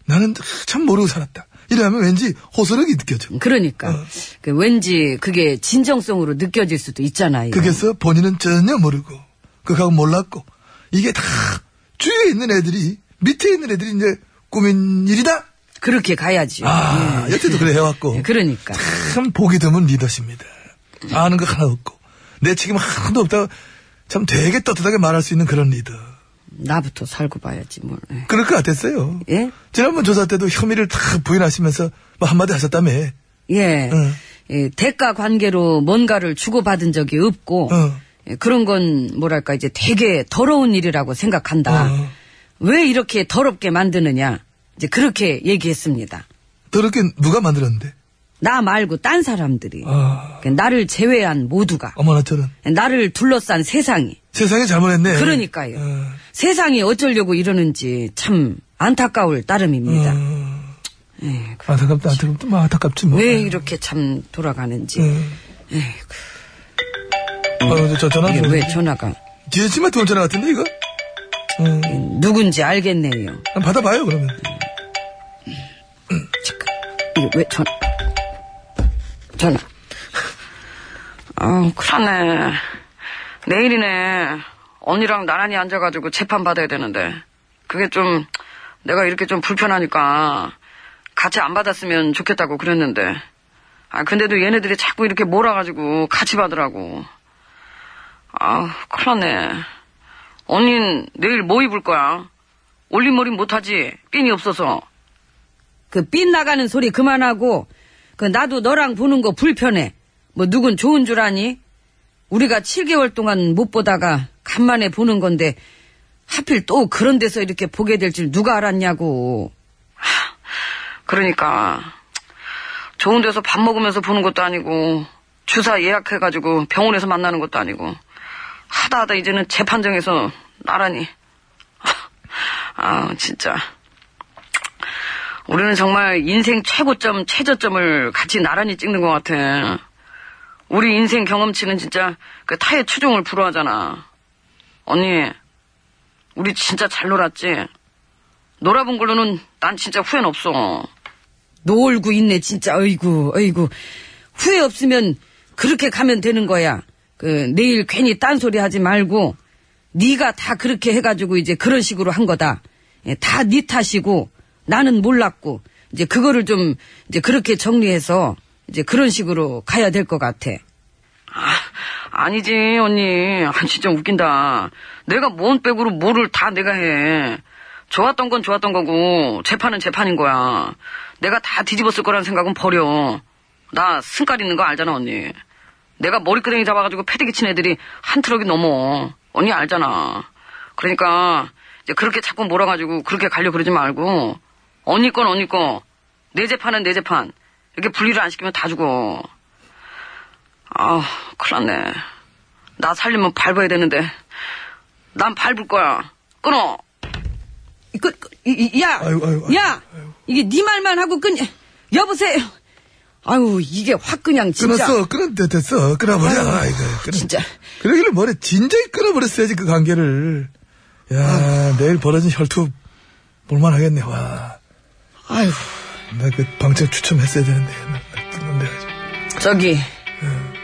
[SPEAKER 6] 나는 참 모르고 살았다. 이러면 왠지 호소력이 느껴져.
[SPEAKER 3] 그러니까.
[SPEAKER 6] 어.
[SPEAKER 3] 그 왠지 그게 진정성으로 느껴질 수도 있잖아요.
[SPEAKER 6] 그래서 본인은 전혀 모르고, 그하고 몰랐고, 이게 다 주위에 있는 애들이, 밑에 있는 애들이 이제 꾸민 일이다?
[SPEAKER 3] 렇게 가야지. 예.
[SPEAKER 6] 아, 여태도 그래 해왔고.
[SPEAKER 3] 그러니까.
[SPEAKER 6] 참 보기 드문 리더십니다. 아는 거 하나 없고 내 책임 하나도 없다고 참 되게 떳떳하게 말할 수 있는 그런 리더.
[SPEAKER 3] 나부터 살고 봐야지, 뭘. 예.
[SPEAKER 6] 그럴 것 같았어요.
[SPEAKER 3] 예?
[SPEAKER 6] 지난번 조사 때도 혐의를 다 부인하시면서 뭐 한마디 하셨다며.
[SPEAKER 3] 예.
[SPEAKER 6] 응.
[SPEAKER 3] 예, 대가 관계로 뭔가를 주고받은 적이 없고
[SPEAKER 6] 응.
[SPEAKER 3] 예, 그런 건 뭐랄까 이제 되게 더러운 일이라고 생각한다.
[SPEAKER 6] 어.
[SPEAKER 3] 왜 이렇게 더럽게 만드느냐 이제 그렇게 얘기했습니다.
[SPEAKER 6] 더럽게 누가 만들었는데.
[SPEAKER 3] 나 말고 딴 사람들이
[SPEAKER 6] 아.
[SPEAKER 3] 그 나를 제외한 모두가
[SPEAKER 6] 어머나 저는.
[SPEAKER 3] 나를 둘러싼 세상이
[SPEAKER 6] 세상에 잘못했네.
[SPEAKER 3] 그러니까요.
[SPEAKER 6] 어.
[SPEAKER 3] 세상이 어쩌려고 이러는지 참 안타까울 따름입니다.
[SPEAKER 6] 어.
[SPEAKER 3] 예, 그-
[SPEAKER 6] 안타깝다 안타깝다 뭐 안타깝지 뭐.
[SPEAKER 3] 음. 왜 이렇게 참 돌아가는지
[SPEAKER 6] 음.
[SPEAKER 3] 에이구,
[SPEAKER 6] 아, 저, 저 전화
[SPEAKER 3] 이게
[SPEAKER 6] 좀.
[SPEAKER 3] 왜 전화가
[SPEAKER 6] 지혜씨한테 온 전화 같은데 이거? 음.
[SPEAKER 3] 누군지 알겠네요.
[SPEAKER 6] 한번 받아봐요 그러면.
[SPEAKER 3] 잠깐. 이게 왜 전, 전화. 아, 큰일네. 내일이네. 언니랑 나란히 앉아가지고 재판 받아야 되는데. 그게 좀, 내가 이렇게 좀 불편하니까. 같이 안 받았으면 좋겠다고 그랬는데. 아, 근데도 얘네들이 자꾸 이렇게 몰아가지고 같이 받으라고. 아, 큰일네. 언닌 내일 뭐 입을 거야? 올림머리 못하지? 핀이 없어서. 그 빛 나가는 소리 그만하고 그 나도 너랑 보는 거 불편해. 뭐 누군 좋은 줄 아니? 우리가 7개월 동안 못 보다가 간만에 보는 건데 하필 또 그런 데서 이렇게 보게 될 줄 누가 알았냐고. 그러니까 좋은 데서 밥 먹으면서 보는 것도 아니고 주사 예약해가지고 병원에서 만나는 것도 아니고 하다 하다 이제는 재판정에서 나란히 [LAUGHS] 아 진짜 우리는 정말 인생 최고점 최저점을 같이 나란히 찍는 것 같아 우리 인생 경험치는 진짜 그 타의 추종을 불허하잖아 언니 우리 진짜 잘 놀았지 놀아본 걸로는 난 진짜 후회는 없어. 놀고 있네, 진짜. 어이구, 어이구. 후회 없으면 그렇게 가면 되는 거야. 그, 내일 괜히 딴소리 하지 말고, 네가 다 그렇게 해가지고 이제 그런 식으로 한 거다. 다 네 탓이고, 나는 몰랐고, 이제 그거를 좀, 이제 그렇게 정리해서, 이제 그런 식으로 가야 될 것 같아. 아, 아니지, 언니. 아, 진짜 웃긴다. 내가 뭔 백으로 뭐를 다 내가 해. 좋았던 건 좋았던 거고, 재판은 재판인 거야. 내가 다 뒤집었을 거라는 생각은 버려. 나 승깔 있는 거 알잖아, 언니. 내가 머리끄댕이 잡아가지고 패대기 친 애들이 한 트럭이 넘어. 언니 알잖아. 그러니까, 이제 그렇게 자꾸 몰아가지고 그렇게 가려 그러지 말고, 언니 건 언니 거, 내 재판은 내 재판. 이렇게 분리를 안 시키면 다 죽어. 아, 큰일 났네. 나 살리면 밟아야 되는데. 난 밟을 거야. 끊어. 그, 그, 이- 이- 야,
[SPEAKER 1] 아유, 아유, 아유,
[SPEAKER 3] 야, 이게 네 말만 하고 끊. 여보세요. 아유, 이게 확 그냥 진짜.
[SPEAKER 1] 끊었어. 끊은 데 됐어. 끊어버려. 아이고, 끊어.
[SPEAKER 3] 진짜.
[SPEAKER 1] 그러기를 뭐래. 진작에 끊어버렸어야지, 그 관계를. 야, 내일 벌어진 혈투 볼만 하겠네, 와.
[SPEAKER 3] 아유,
[SPEAKER 1] 나 그 방청 추첨했어야 되는데. 나, 나 끊는데 가지고.
[SPEAKER 3] 저기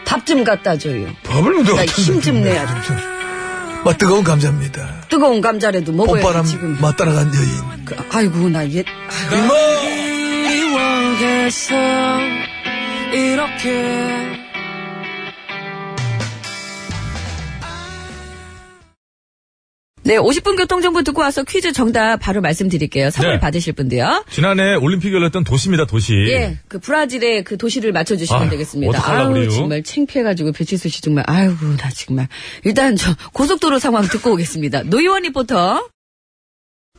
[SPEAKER 3] 밥 좀 갖다 줘요.
[SPEAKER 1] 밥을 먹어.
[SPEAKER 3] 나힘좀 내야
[SPEAKER 1] 맛 뜨거운 감자입니다.
[SPEAKER 3] 뜨거운 감자라도 먹어야
[SPEAKER 1] 봄바람
[SPEAKER 3] 지 지금.
[SPEAKER 1] 맞따라간 여인.
[SPEAKER 3] 그, 아이고 나 얘.
[SPEAKER 5] 그리워해서 이렇게
[SPEAKER 3] 네, 50분 교통정보 듣고 와서 퀴즈 정답 바로 말씀드릴게요. 선물
[SPEAKER 2] 네.
[SPEAKER 3] 받으실 분데요.
[SPEAKER 2] 지난해 올림픽이 열렸던 도시입니다, 도시.
[SPEAKER 3] 예, 그 브라질의 그 도시를 맞춰주시면
[SPEAKER 2] 아유,
[SPEAKER 3] 되겠습니다.
[SPEAKER 2] 어떡하려고
[SPEAKER 3] 아유,
[SPEAKER 2] 그래요?
[SPEAKER 3] 정말 창피해가지고 배치수 씨 정말, 아이고, 나 정말. 일단 저 고속도로 상황 듣고 오겠습니다. 노희원 리포터.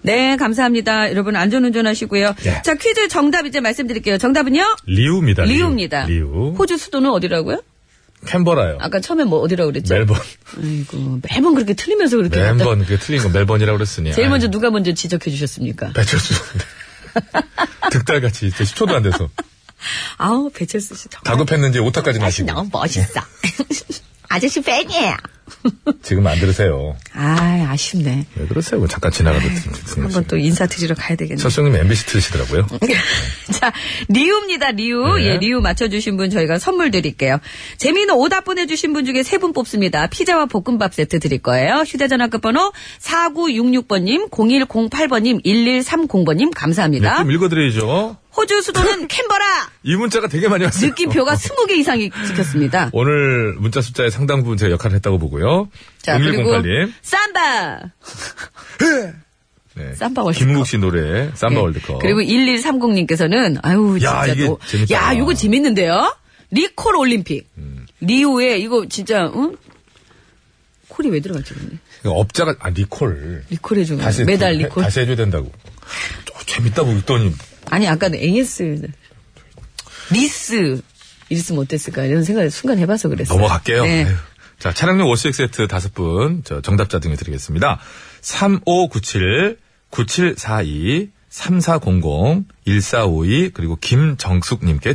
[SPEAKER 3] 네, 감사합니다. 여러분 안전운전 하시고요.
[SPEAKER 2] 예.
[SPEAKER 3] 자, 퀴즈 정답 이제 말씀드릴게요. 정답은요?
[SPEAKER 2] 리우입니다. 리우.
[SPEAKER 3] 리우입니다.
[SPEAKER 2] 리우.
[SPEAKER 3] 호주 수도는 어디라고요?
[SPEAKER 2] 캔버라요.
[SPEAKER 3] 아까 처음에 뭐 어디라고 그랬죠?
[SPEAKER 2] 멜번.
[SPEAKER 3] 아이고, 매번 그렇게 틀리면서 그렇게. 갖다-
[SPEAKER 2] 멜번 아, 그게 틀린 거 멜번이라고 그랬으니.
[SPEAKER 3] 제일
[SPEAKER 2] 아이,
[SPEAKER 3] 먼저 누가 먼저 지적해 주셨습니까? [LAUGHS]
[SPEAKER 2] 배철수. 득달같이 진짜 10초도 안 돼서
[SPEAKER 3] 아우, 배철수 씨 정말.
[SPEAKER 2] 다급했는지 오타까지
[SPEAKER 3] 아저씨
[SPEAKER 2] 나시고 예.
[SPEAKER 3] 너무 멋있어. [LAUGHS] 아저씨 팬이에요.
[SPEAKER 2] 지금 안 들으세요.
[SPEAKER 3] 아, 아쉽네.
[SPEAKER 2] 왜 그러세요? 뭐 잠깐 지나가도 듣는
[SPEAKER 3] 한번 또 인사드리러 가야 되겠네.
[SPEAKER 2] 설성님 MBC 틀으시더라고요.
[SPEAKER 3] [LAUGHS] 음. 자, 리우입니다, 리우.
[SPEAKER 2] 네.
[SPEAKER 3] 예, 리우 맞춰주신 분 저희가 선물 드릴게요. 재미있는 오답 보내주신 분 중에 세 분 뽑습니다. 피자와 볶음밥 세트 드릴 거예요. 휴대전화 끝번호 4966번님, 0108번님, 1130번님, 감사합니다.
[SPEAKER 2] 좀 읽어드려야죠.
[SPEAKER 3] 호주
[SPEAKER 2] [LAUGHS]
[SPEAKER 3] 수도는 캔버라!
[SPEAKER 2] 이 문자가 되게 많이 왔어요.
[SPEAKER 3] 느낌표가 20개 이상이 찍혔습니다.
[SPEAKER 2] 오늘 문자 숫자의 상당 부분 제가 역할을 했다고 보고요.
[SPEAKER 3] 자, 그리고
[SPEAKER 2] 0108님.
[SPEAKER 3] 삼바!
[SPEAKER 2] 네.
[SPEAKER 3] 삼바 월드컵.
[SPEAKER 2] 김국씨 노래 삼바
[SPEAKER 3] 예.
[SPEAKER 2] 월드컵.
[SPEAKER 3] 그리고 1130님께서는 아유
[SPEAKER 2] 야,
[SPEAKER 3] 진짜
[SPEAKER 2] 이게
[SPEAKER 3] 너-
[SPEAKER 2] 재밌다. 음.
[SPEAKER 3] 야 이거 재밌는데요. 리콜 올림픽 리우에 이거 진짜 응? 콜이 왜 들어갈지 모르네.
[SPEAKER 2] 업자가 아 리콜.
[SPEAKER 3] 리콜 해주면
[SPEAKER 2] 다시
[SPEAKER 3] 메달
[SPEAKER 2] 해-
[SPEAKER 3] 리콜.
[SPEAKER 2] 다시 해줘야 된다고. 어, 재밌다고 읽더니
[SPEAKER 3] 아니 아까는 AS 리스 이랬으면 어땠을까 이런 생각을 순간 해봐서 그랬어요.
[SPEAKER 2] 넘어갈게요.
[SPEAKER 3] 네.
[SPEAKER 2] 에휴. 자, 차량용 오스엑 세트 다섯 분, 저 정답자 등에 드리겠습니다. 3597, 9742, 3400, 1452, 그리고 김정숙님께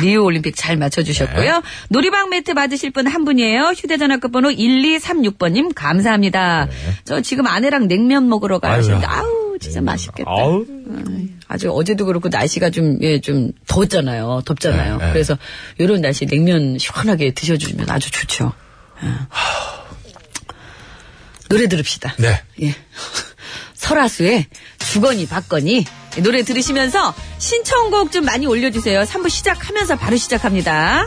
[SPEAKER 3] 네, 리우 올림픽 잘
[SPEAKER 2] 네.
[SPEAKER 3] 맞춰주셨고요. 놀이방 매트 받으실 분 한 분이에요. 휴대전화 끝번호 1236번님, 감사합니다. 저 지금 아내랑 냉면 먹으러 가시는데,
[SPEAKER 2] 네. 아이고야.
[SPEAKER 3] 아우, 진짜 맛있겠다.
[SPEAKER 2] 아우,
[SPEAKER 3] 아주 어제도 그렇고 날씨가 좀, 예, 좀 더웠잖아요. 덥잖아요.
[SPEAKER 2] 네, 네.
[SPEAKER 3] 그래서 이런 날씨 냉면 시원하게 드셔주시면 아주 좋죠. 예. 노래 들읍시다.
[SPEAKER 2] 네.
[SPEAKER 3] 예. [LAUGHS] 설아수의 주거니 받거니 노래 들으시면서 신청곡 좀 많이 올려주세요. 3부 시작하면서 바로 시작합니다.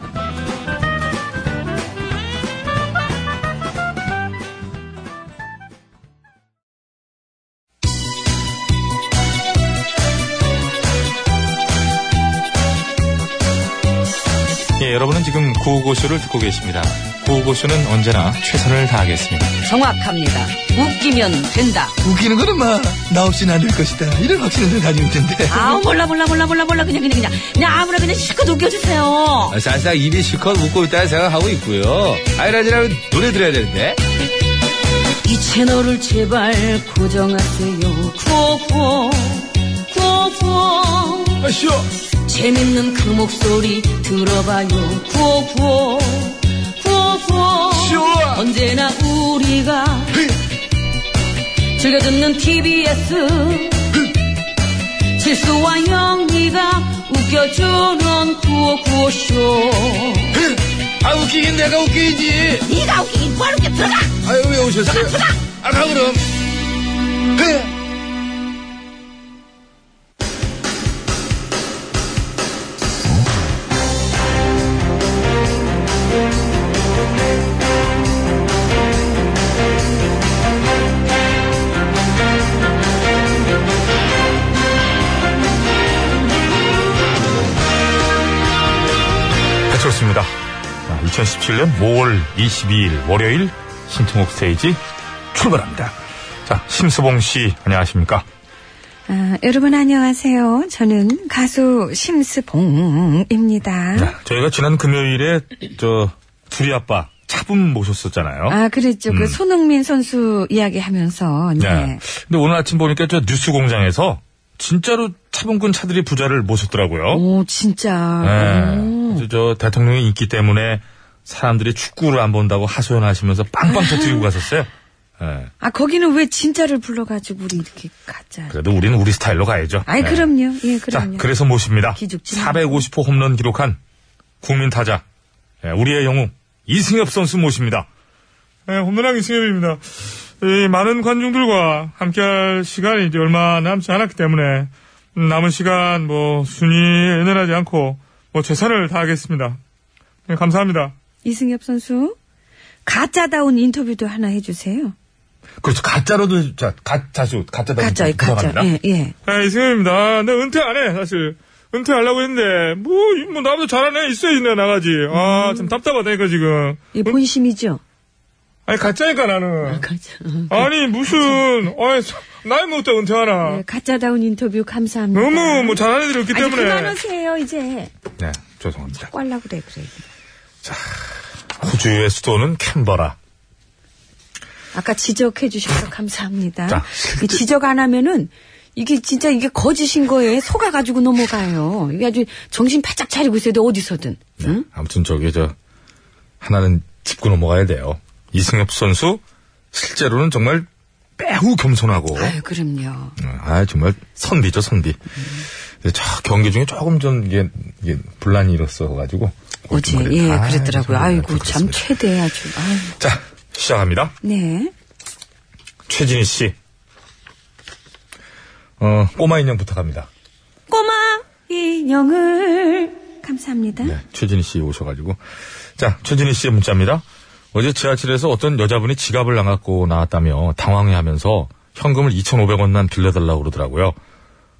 [SPEAKER 2] 예, 여러분은 지금 구호고쇼를 듣고 계십니다. 구호고쇼는 언제나 최선을 다하겠습니다.
[SPEAKER 3] 정확합니다. 웃기면 된다.
[SPEAKER 8] 웃기는 거는 막 나 없이는 안 될 것이다. 이런 확신을 가지고 있는데.
[SPEAKER 3] 아 몰라 몰라 몰라 몰라 몰라 그냥 그냥 그냥 그냥 아무나 그냥 실컷 웃겨주세요.
[SPEAKER 6] 아, 살짝 입이 실컷 웃고 있다는 생각하고 있고요. 아이라지라면 노래 들어야 되는데.
[SPEAKER 3] 이 채널을 제발 고정하세요. 구호구호 구호구호
[SPEAKER 6] 아쇼!
[SPEAKER 3] 재밌는 그 목소리 들어봐요. 구호구호 구호구호 언제나 우리가
[SPEAKER 6] 네.
[SPEAKER 3] 즐겨 듣는 TBS
[SPEAKER 6] 네.
[SPEAKER 3] 실수와 영리가 웃겨주는 구호구호쇼
[SPEAKER 6] 아, 웃기긴 내가 웃기지.
[SPEAKER 3] 네가 웃기긴 바로 웃겨 들어가
[SPEAKER 6] 아유, 왜 오셨어요? 아가, 그럼.
[SPEAKER 2] 배철수입니다. 2017년 5월 22일 월요일 신청곡 스테이지 출발합니다. 자, 심수봉 씨, 안녕하십니까?
[SPEAKER 9] 아, 여러분 안녕하세요. 저는 가수 심스봉입니다.
[SPEAKER 2] 네, 저희가 지난 금요일에 저 둘이 아빠 차분 모셨었잖아요.
[SPEAKER 9] 아, 그랬죠.
[SPEAKER 2] 음.
[SPEAKER 9] 그 손흥민 선수 이야기하면서 네.
[SPEAKER 2] 네. 근데 오늘 아침 보니까 저 뉴스 공장에서 진짜로 차범근 차들이 부자를 모셨더라고요.
[SPEAKER 9] 오, 음. 진짜.
[SPEAKER 2] 네.
[SPEAKER 9] 오.
[SPEAKER 2] 그래서 저 대통령의 인기 때문에 사람들이 축구를 안 본다고 하소연하시면서 빵빵 터뜨리고 갔었어요. 네.
[SPEAKER 9] 아, 거기는 왜 진짜를 불러 가지고 우리 이렇게 가자.
[SPEAKER 2] 그래도 우리는 우리 스타일로 가야죠.
[SPEAKER 9] 아이
[SPEAKER 2] 네.
[SPEAKER 9] 그럼요. 예,
[SPEAKER 2] 자,
[SPEAKER 9] 그럼요.
[SPEAKER 2] 그래서 모십니다.
[SPEAKER 9] 기죽지
[SPEAKER 2] 450호 홈런 기록한 국민 타자, 예, 우리의 영웅 이승엽 선수 모십니다. 예, 홈런왕 이승엽입니다. 이 많은 관중들과 함께할 시간이 이제 얼마 남지 않았기 때문에 음, 남은 시간 뭐 순위 연연하지 않고 뭐 최선을 다하겠습니다. 예, 감사합니다.
[SPEAKER 9] 이승엽 선수 가짜다운 인터뷰도 하나 해 주세요.
[SPEAKER 2] 그렇죠. 가짜로도 자, 가, 자수 가짜다.
[SPEAKER 9] 가짜요, 가짜. 예, 예.
[SPEAKER 2] 아, 이승엽입니다. 아, 나 은퇴 안 해, 사실. 은퇴하려고 했는데, 뭐, 이- 뭐, 나보다 잘하네. 있어야지, 내가 나가지.
[SPEAKER 9] 음.
[SPEAKER 2] 아, 참 답답하다니까, 지금.
[SPEAKER 9] 이 본심이죠.
[SPEAKER 2] 어. 아니, 가짜니까, 나는.
[SPEAKER 9] 가짜.
[SPEAKER 2] 아니, 무슨, 아니, 사- 나이 먹다 은퇴하나.
[SPEAKER 9] 예, 가짜다운 인터뷰 감사합니다.
[SPEAKER 2] 너무, 뭐, 잘하는 애들이 없기
[SPEAKER 9] 아니,
[SPEAKER 2] 때문에.
[SPEAKER 9] 그만하세요, 이제.
[SPEAKER 2] 네, 죄송합니다.
[SPEAKER 9] 꼴라고 그래, 그래.
[SPEAKER 2] 호주의 수도는 캔버라.
[SPEAKER 9] 아까 지적해 주셔서 감사합니다.
[SPEAKER 2] 자.
[SPEAKER 9] 이 지적 안 하면은 이게 진짜 이게 거짓인 거예요. 속아 가지고 넘어가요. 이게 아주 정신 바짝 차리고 있어야 돼 어디서든.
[SPEAKER 2] 네.
[SPEAKER 9] 응?
[SPEAKER 2] 아무튼, 저기, 저, 하나는 짚고 넘어가야 돼요. 이승엽 선수, 실제로는 정말 매우 겸손하고.
[SPEAKER 9] 아유 그럼요.
[SPEAKER 2] 아 정말 선비죠 선비. 근데 저 경기 중에 조금 좀 이게, 이게 분란이 일었어가지고.
[SPEAKER 9] 어제 예
[SPEAKER 2] 아,
[SPEAKER 9] 그랬더라고요. 아이고 참 최대 아주. 아유.
[SPEAKER 2] 자 시작합니다.
[SPEAKER 9] 네.
[SPEAKER 2] 최진희 씨. 어 꼬마 인형 부탁합니다.
[SPEAKER 9] 꼬마 인형을 감사합니다.
[SPEAKER 2] 네, 최진희 씨 오셔가지고. 자, 최진희 씨의 문자입니다. 어제 지하철에서 어떤 여자분이 지갑을 안 갖고 나왔다며 당황해 하면서 현금을 2,500원만 빌려달라고 그러더라고요.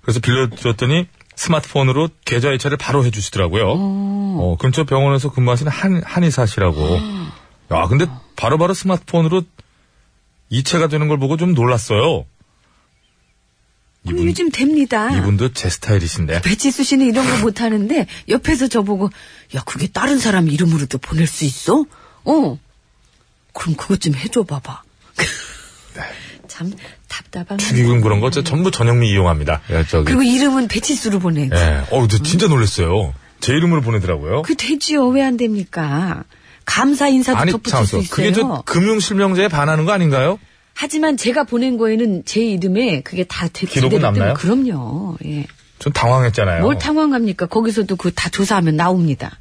[SPEAKER 2] 그래서 빌려줬더니 스마트폰으로 계좌 이체를 바로 해주시더라고요. 어, 근처 병원에서 근무하시는 한, 한의사 씨라고. 야, 근데 바로바로 스마트폰으로 이체가 되는 걸 보고 좀 놀랐어요.
[SPEAKER 3] 아, 이분, 요즘 됩니다.
[SPEAKER 2] 이분도 제 스타일이신데.
[SPEAKER 3] 배치수 씨는 이런 거 못하는데 옆에서 저보고 야 그게 다른 사람 이름으로도 보낼 수 있어? 어 그럼 그것 좀 해줘 봐봐. [LAUGHS] 참 답답한.
[SPEAKER 2] 축의금 그런 거 저 전부 전영미 이용합니다. 예, 저기.
[SPEAKER 3] 그리고 이름은 배치수로 보내.
[SPEAKER 2] 예. 어우, 저 진짜 놀랐어요. 제 이름으로 보내더라고요.
[SPEAKER 3] 음. 그 되지요 왜 안 됩니까? 감사 인사도
[SPEAKER 2] 아니,
[SPEAKER 3] 덧붙일
[SPEAKER 2] 잠깐만.
[SPEAKER 3] 수 있어요.
[SPEAKER 2] 그게 저 금융실명제에 반하는 거 아닌가요?
[SPEAKER 3] 하지만 제가 보낸 거에는 제 이름에 그게 다 대-
[SPEAKER 2] 기록은
[SPEAKER 3] 제대로 뜨면
[SPEAKER 2] 남나요?
[SPEAKER 3] 그럼요. 예.
[SPEAKER 2] 전 당황했잖아요.
[SPEAKER 3] 뭘 당황합니까? 거기서도 그 다 조사하면 나옵니다.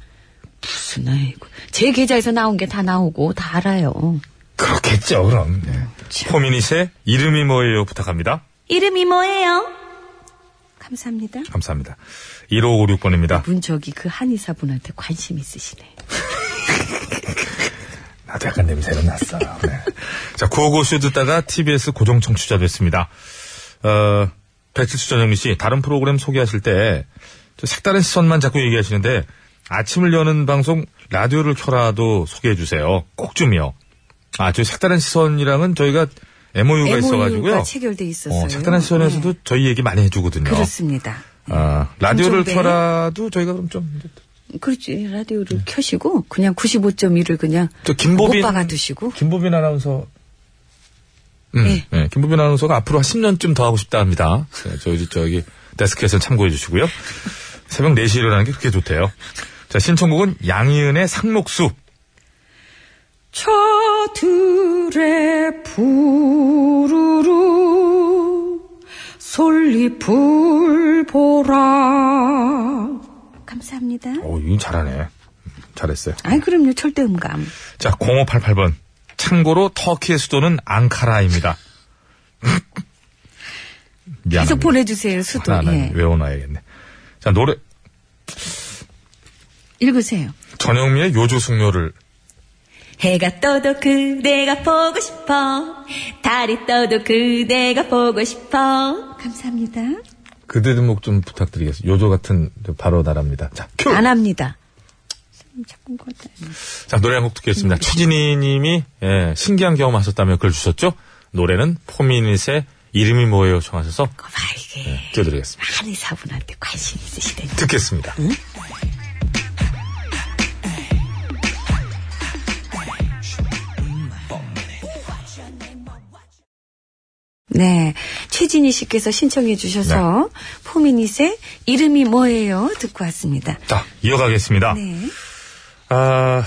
[SPEAKER 3] 무슨 아이고 제 계좌에서 나온 게 다 나오고 다 알아요.
[SPEAKER 2] 그렇겠죠, 그럼. 호민이 씨, 이름이 뭐예요? 부탁합니다.
[SPEAKER 9] 이름이 뭐예요? 감사합니다.
[SPEAKER 2] 감사합니다. 1556번입니다.
[SPEAKER 3] 문 저기 그 한의사분한테 관심 있으시네.
[SPEAKER 2] 나도 약간 냄새는 났어. 네. 자, 구호고쇼 듣다가 TBS 고정 청취자 됐습니다. 어, 배칠수 전영미 씨, 다른 프로그램 소개하실 때, 저 색다른 시선만 자꾸 얘기하시는데, 아침을 여는 방송, 라디오를 켜라도 소개해주세요. 꼭 좀요. 아, 저 색다른 시선이랑은 저희가 MOU가 있어가지고요.
[SPEAKER 3] MOU가 체결돼 있었어요. 네,
[SPEAKER 2] 어, 색다른 시선에서도 저희 얘기 많이 해주거든요.
[SPEAKER 3] 그렇습니다.
[SPEAKER 2] 아, 라디오를
[SPEAKER 3] 김종배.
[SPEAKER 2] 켜라도 저희가 그럼 좀.
[SPEAKER 3] 그렇지 라디오를 켜시고 그냥 95.1을 그냥
[SPEAKER 2] 저 김보빈.
[SPEAKER 3] 못 박아두시고
[SPEAKER 2] 김보빈 아나운서. 음,
[SPEAKER 3] 예.
[SPEAKER 2] 예, 김보빈 아나운서가 앞으로 한 10년쯤 더 하고 싶다 합니다. 예, 저희, 저기, 데스크에서 참고해 주시고요. 새벽 4시에 일어나는 게 그렇게 좋대요. 자, 신청곡은 양희은의 상록수.
[SPEAKER 10] 저들의 부르르 솔잎을 보라
[SPEAKER 3] 감사합니다.
[SPEAKER 2] 오, 이 잘하네. 잘했어요.
[SPEAKER 3] 아이 그럼요 절대 음감.
[SPEAKER 2] 자, 0588번. 참고로 터키의 수도는 앙카라입니다. 미안합니다.
[SPEAKER 3] 계속 보내주세요 수도.
[SPEAKER 2] 하나, 하나
[SPEAKER 3] 예.
[SPEAKER 2] 외워놔야겠네. 자, 노래.
[SPEAKER 3] 읽으세요.
[SPEAKER 2] 전영미의 요조숙녀를.
[SPEAKER 9] 해가 떠도 그대가 보고 싶어. 달이 떠도 그대가 보고 싶어.
[SPEAKER 3] 감사합니다.
[SPEAKER 2] 그대 등목 좀 부탁드리겠습니다. 요조 같은 바로 나라입니다. 자, 큐!
[SPEAKER 3] 안 합니다.
[SPEAKER 2] 자, 노래 한 곡
[SPEAKER 3] 음.
[SPEAKER 2] 듣겠습니다. 최진희 님이, 예, 신기한 경험 하셨다며 글 주셨죠? 노래는 포미닛의 이름이 뭐예요? 청하셔서. 예, 띄워드리겠습니다.
[SPEAKER 3] 한의사분한테 관심 있으시대.
[SPEAKER 2] 듣겠습니다.
[SPEAKER 3] 네. 최진희 씨께서 신청해 주셔서
[SPEAKER 2] 네.
[SPEAKER 3] 포미닛의 이름이 뭐예요? 듣고 왔습니다.
[SPEAKER 2] 자, 이어가겠습니다.
[SPEAKER 3] 네.
[SPEAKER 2] 아,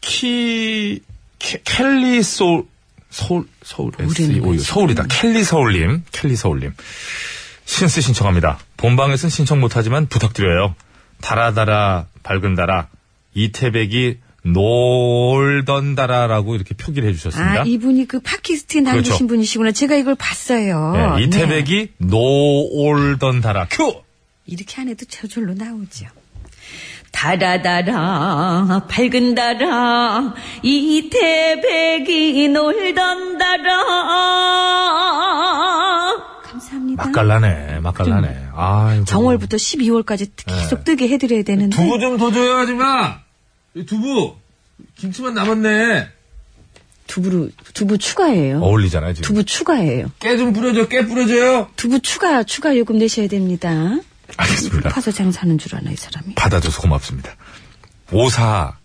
[SPEAKER 2] 키, 캐- 켈리 솔, 서울, 서울, SEO. 서울이다. 켈리 서울님, 켈리 서울님. 신스 신청합니다. 본방에선 신청 못하지만 부탁드려요. 달아달아, 밝은 달아, 이태백이 놀던 달아라고 이렇게 표기를 해주셨습니다.
[SPEAKER 3] 아, 이분이 그 파키스탄 남주신
[SPEAKER 2] 그렇죠.
[SPEAKER 3] 분이시구나. 제가 이걸 봤어요.
[SPEAKER 2] 예,
[SPEAKER 3] 네.
[SPEAKER 2] 이태백이 노올던 달아. 큐!
[SPEAKER 3] 이렇게 안 해도 저절로 나오죠.
[SPEAKER 11] 달아달아 밝은 달아 이태백이 놀던 달아
[SPEAKER 3] 감사합니다.
[SPEAKER 2] 맛깔나네, 맛깔나네. 아이고.
[SPEAKER 3] 정월부터 12월까지
[SPEAKER 2] 네.
[SPEAKER 3] 계속 뜨게 해드려야 되는데.
[SPEAKER 12] 두부 좀 더 줘요, 하지마! 이 두부! 김치만 남았네.
[SPEAKER 3] 두부로, 두부 추가예요.
[SPEAKER 2] 어울리잖아요, 지금.
[SPEAKER 3] 두부 추가예요.
[SPEAKER 12] 깨 좀 뿌려줘, 깨 뿌려줘요!
[SPEAKER 3] 두부 추가, 추가 요금 내셔야 됩니다.
[SPEAKER 2] 알겠습니다.
[SPEAKER 3] 파서 장사는 줄 아나, 이 사람이.
[SPEAKER 2] 받아줘서 고맙습니다. 54,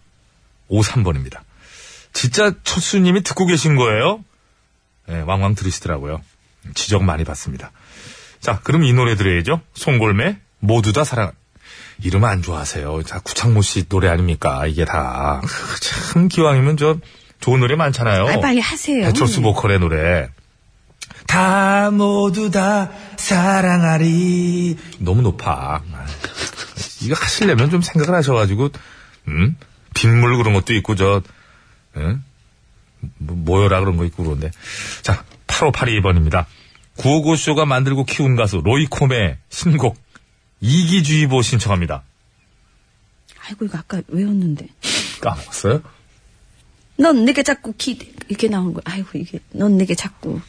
[SPEAKER 2] 53번입니다. 진짜 첫수님이 듣고 계신 거예요? 예, 왕왕 들으시더라고요. 지적 많이 받습니다. 자, 그럼 이 노래 들어야죠. 송골매, 모두 다 사랑. 이름 안 좋아하세요. 자, 구창모 씨 노래 아닙니까? 이게 다. [LAUGHS] 크, 참, 기왕이면 저, 좋은 노래 많잖아요.
[SPEAKER 3] 아, 빨리 하세요.
[SPEAKER 2] 배철수 보컬의 노래.
[SPEAKER 12] 다 모두 다 사랑하리.
[SPEAKER 2] 너무 높아. [LAUGHS] 아, 이거 하시려면 좀 생각을 하셔가지고, 음? 빗물 그런 것도 있고, 저, 응? 뭐, 모여라 그런 거 있고 그런데. 자, 8582번입니다. 955쇼가 만들고 키운 가수 로이콤의 신곡, 이기주의보 신청합니다.
[SPEAKER 3] 아이고, 이거 아까 외웠는데.
[SPEAKER 2] 까먹었어요?
[SPEAKER 3] 넌 내게 자꾸 기대, 이게 나온 거. 아이고, 이게, 넌 내게 자꾸.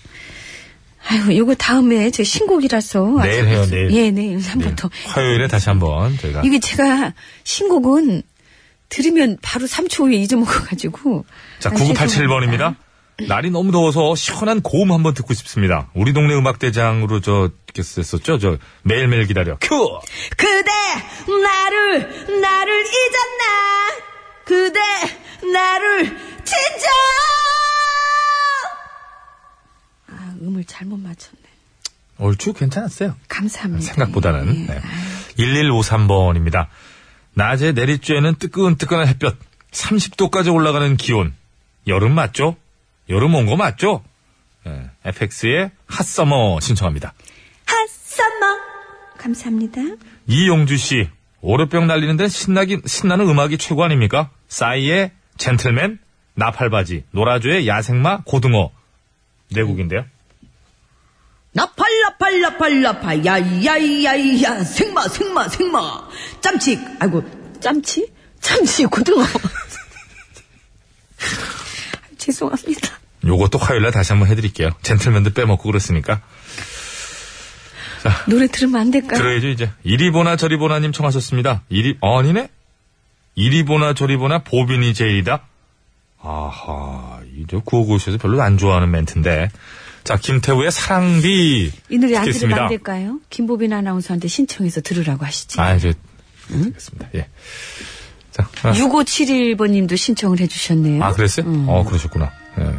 [SPEAKER 3] 아이고, 요거 다음에 제 신곡이라서.
[SPEAKER 2] 내일 해요, 내일. 네.
[SPEAKER 3] 예, 내일 3부터.
[SPEAKER 2] 화요일에 다시 한번 저희가.
[SPEAKER 3] 이게 제가 신곡은 들으면 바로 3초 후에 잊어먹어가지고.
[SPEAKER 2] 자,
[SPEAKER 3] 아, 죄송합니다.
[SPEAKER 2] 9987번입니다. 날이 너무 더워서 시원한 고음 한번 듣고 싶습니다. 우리 동네 음악대장으로 저, 이렇게 썼었죠? 저, 매일매일 기다려. 큐!
[SPEAKER 4] 그대 나를 나를 잊었나 그대 나를 진짜
[SPEAKER 9] 아, 음을 잘못 맞췄네.
[SPEAKER 2] 얼추 괜찮았어요.
[SPEAKER 9] 감사합니다.
[SPEAKER 2] 생각보다는. 네. 1153번입니다. 낮에 내리쬐는 뜨끈뜨끈한 햇볕, 30도까지 올라가는 기온. 여름 맞죠? 여름 온 거 맞죠? 예, FX의 핫서머 신청합니다.
[SPEAKER 4] 핫썸머 감사합니다
[SPEAKER 2] 이용주 씨, 오르병 날리는 데 신나긴, 신나는 음악이 최고 아닙니까? 싸이의 젠틀맨, 나팔바지, 노라조의 야생마, 고등어. 네 곡인데요.
[SPEAKER 9] 나팔 나팔 나팔 나팔 야야야야 생마 생마 생마 짬치 아이고 짬치 참치 고등어 [LAUGHS] 죄송합니다
[SPEAKER 2] 요것도 화요일날 다시 한번 해드릴게요. 젠틀맨도 빼먹고 그랬으니까.
[SPEAKER 9] 노래 들으면 안 될까요?
[SPEAKER 2] 들어야죠, 이제. 이리 보나 저리 보나님 청하셨습니다. 이리, 어, 아니네? 이리 보나 저리 보나 보빈이 제이다? 아하, 이제 구호구호쇼에서 별로 안 좋아하는 멘트인데. 자, 김태우의 사랑비.
[SPEAKER 9] 이 노래 안 들으면
[SPEAKER 2] 듣겠습니다.
[SPEAKER 9] 안 될까요? 김보빈 아나운서한테 신청해서 들으라고 하시지
[SPEAKER 2] 아, 이제. 알겠습니다. 예. 자, 아,
[SPEAKER 9] 6571번님도 신청을 해주셨네요
[SPEAKER 2] 아, 그랬어요?
[SPEAKER 9] 음.
[SPEAKER 2] 어, 그러셨구나. 예.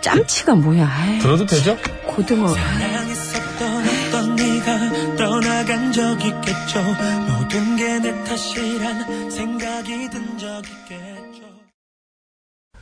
[SPEAKER 9] 짬치가 뭐야 아이,
[SPEAKER 2] 들어도 되죠?
[SPEAKER 9] 고등어
[SPEAKER 13] 사랑했었던 어떤 네가 떠나간 적 있겠죠 모든 게 내 탓이란 생각이 든 적 있겠죠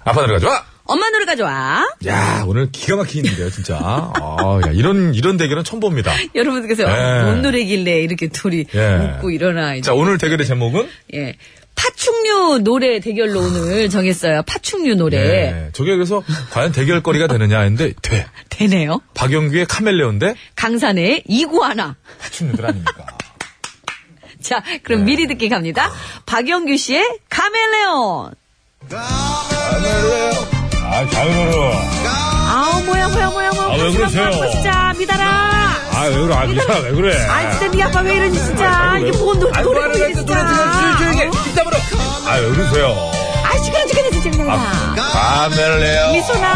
[SPEAKER 2] 아빠 노래 가져와!
[SPEAKER 3] 엄마 노래 가져와.
[SPEAKER 2] 야, 오늘 기가 막히는데요, 진짜. 아, 야, 이런, 이런 대결은 처음 봅니다.
[SPEAKER 3] 여러분께서
[SPEAKER 2] 예.
[SPEAKER 3] 뭔 노래길래 이렇게 둘이
[SPEAKER 2] 예.
[SPEAKER 3] 웃고 일어나. 이제.
[SPEAKER 2] 자, 오늘 대결의 제목은?
[SPEAKER 3] 예. 파충류 노래 대결로 오늘 정했어요. 파충류 노래.
[SPEAKER 2] 예, 저게 그래서 과연 대결거리가 되느냐 했는데, 돼.
[SPEAKER 3] 되네요.
[SPEAKER 2] 박영규의 카멜레온데
[SPEAKER 3] 강산의 이구하나.
[SPEAKER 2] 파충류들 아닙니까?
[SPEAKER 3] 자,
[SPEAKER 2] 예.
[SPEAKER 3] 그럼 미리 듣기 갑니다. 박영규 씨의 카멜레온.
[SPEAKER 2] 아, 자유로워.
[SPEAKER 3] 아우, 뭐야, 뭐야, 뭐야, 뭐야.
[SPEAKER 2] 아, 왜
[SPEAKER 3] 가슴
[SPEAKER 2] 그러세요?
[SPEAKER 3] 아파, 진짜, 미달아.
[SPEAKER 2] 아, 왜 그래, 아, 미안, 왜 그래.
[SPEAKER 3] 아, 진짜, 니 아빠 왜 이러니, 진짜. 이게 뭔 노래, 노래, 진짜.
[SPEAKER 2] 아, 왜 그러세요?
[SPEAKER 3] 아, 시끄러 죽겠네, 진짜, 그냥.
[SPEAKER 2] 그러니까. 카멜레온.
[SPEAKER 3] 미소나.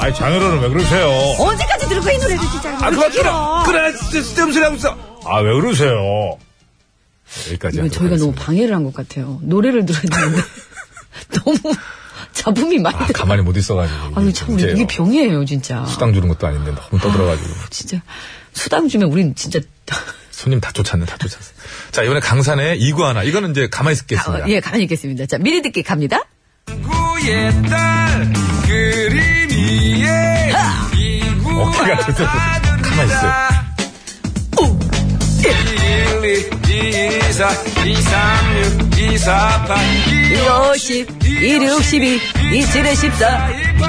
[SPEAKER 2] 아, 자유로는 왜 그러세요?
[SPEAKER 3] 언제까지 들을 거야, 이 노래를, 진짜.
[SPEAKER 2] 아, 그만
[SPEAKER 3] 웃기러.
[SPEAKER 2] 끊어. 끊어. 진짜 쓸데없는 소리 하고 있어. 아, 왜 그러세요? 여기까지.
[SPEAKER 9] 이건
[SPEAKER 2] 하도록
[SPEAKER 9] 저희가 너무
[SPEAKER 2] 하겠습니다.
[SPEAKER 9] 방해를 한 것 같아요 노래를 들어야 되는데 [LAUGHS] 너무 잡음이 많이
[SPEAKER 2] 아,
[SPEAKER 9] 들어
[SPEAKER 2] 가만히 못 있어가지고.
[SPEAKER 9] 아유 참
[SPEAKER 2] 문제예요.
[SPEAKER 9] 이게 병이에요 진짜
[SPEAKER 2] 수당 주는 것도 아닌데 너무 떠들어가지고.
[SPEAKER 9] 진짜 수당 주면 우린 진짜
[SPEAKER 2] 손님 다 쫓았네, 다 쫓았어. 자, 이번에 강산의 이구 하나. 이거는 이제 가만히 있겠습니다.
[SPEAKER 9] 아, 예 가만히 있겠습니다 자 미리 듣기 갑니다
[SPEAKER 3] 아,
[SPEAKER 2] 어깨가 저쪽 가만히 있어요.
[SPEAKER 9] 오십 일육십이 이칠에 십사 이구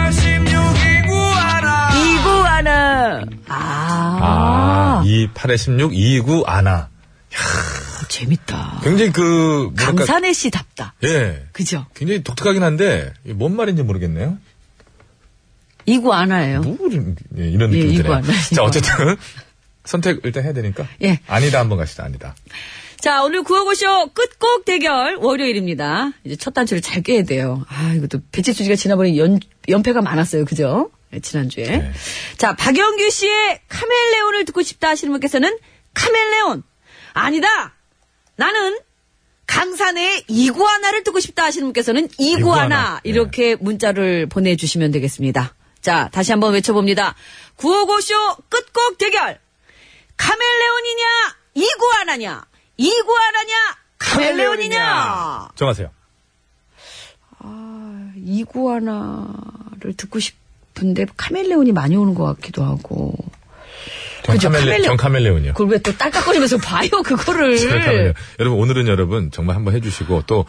[SPEAKER 9] 하나
[SPEAKER 2] 아,
[SPEAKER 9] 아,
[SPEAKER 2] 이 8에 16, 29 아나.
[SPEAKER 9] 아, 재밌다
[SPEAKER 2] 굉장히 그, 뭐랄까.
[SPEAKER 9] 강산의 씨답다
[SPEAKER 2] 예.
[SPEAKER 9] 그죠
[SPEAKER 2] 굉장히 독특하긴 한데, 이게 뭔 말인지 모르겠네요.
[SPEAKER 9] 이구 하나예요
[SPEAKER 2] 뭐, 이런- 예, 이런
[SPEAKER 9] 예,
[SPEAKER 2] 느낌이
[SPEAKER 9] 이구
[SPEAKER 2] 드네요.
[SPEAKER 9] 하나, 이구
[SPEAKER 2] 자, 어쨌든. [LAUGHS] 선택 일단 해야 되니까.
[SPEAKER 9] 예.
[SPEAKER 2] 아니다 한번 가시다, 아니다.
[SPEAKER 3] 자, 오늘 구호고쇼 끝곡 대결 월요일입니다. 이제 첫 단추를 잘 꿰야 돼요. 아, 이것도 배치수 씨가 지난번에 연, 연패가 많았어요. 그죠? 네, 지난주에.
[SPEAKER 2] 네.
[SPEAKER 3] 자, 박영규 씨의 카멜레온을 듣고 싶다 하시는 분께서는 카멜레온. 아니다! 나는 강산의 이구아나를 듣고 싶다 하시는 분께서는 이구아나.
[SPEAKER 2] 이구아나. 네.
[SPEAKER 3] 이렇게 문자를 보내주시면 되겠습니다. 자, 다시 한번 외쳐봅니다. 구호고쇼 끝곡 대결! 카멜레온이냐 이구아나냐 이구아나냐 카멜레온이냐
[SPEAKER 2] 정하세요.
[SPEAKER 9] 이구아나를 듣고 싶은데 카멜레온이 많이 오는 것 같기도 하고
[SPEAKER 2] 전
[SPEAKER 9] 그죠,
[SPEAKER 2] 카멜레,
[SPEAKER 9] 카멜레-
[SPEAKER 2] 전 카멜레온이요.
[SPEAKER 9] 그걸 왜 또 딸깍거리면서 봐요 그거를
[SPEAKER 2] 전
[SPEAKER 3] 네.
[SPEAKER 2] 카멜레온. 여러분, 오늘은 여러분 정말 한번 해주시고, 또,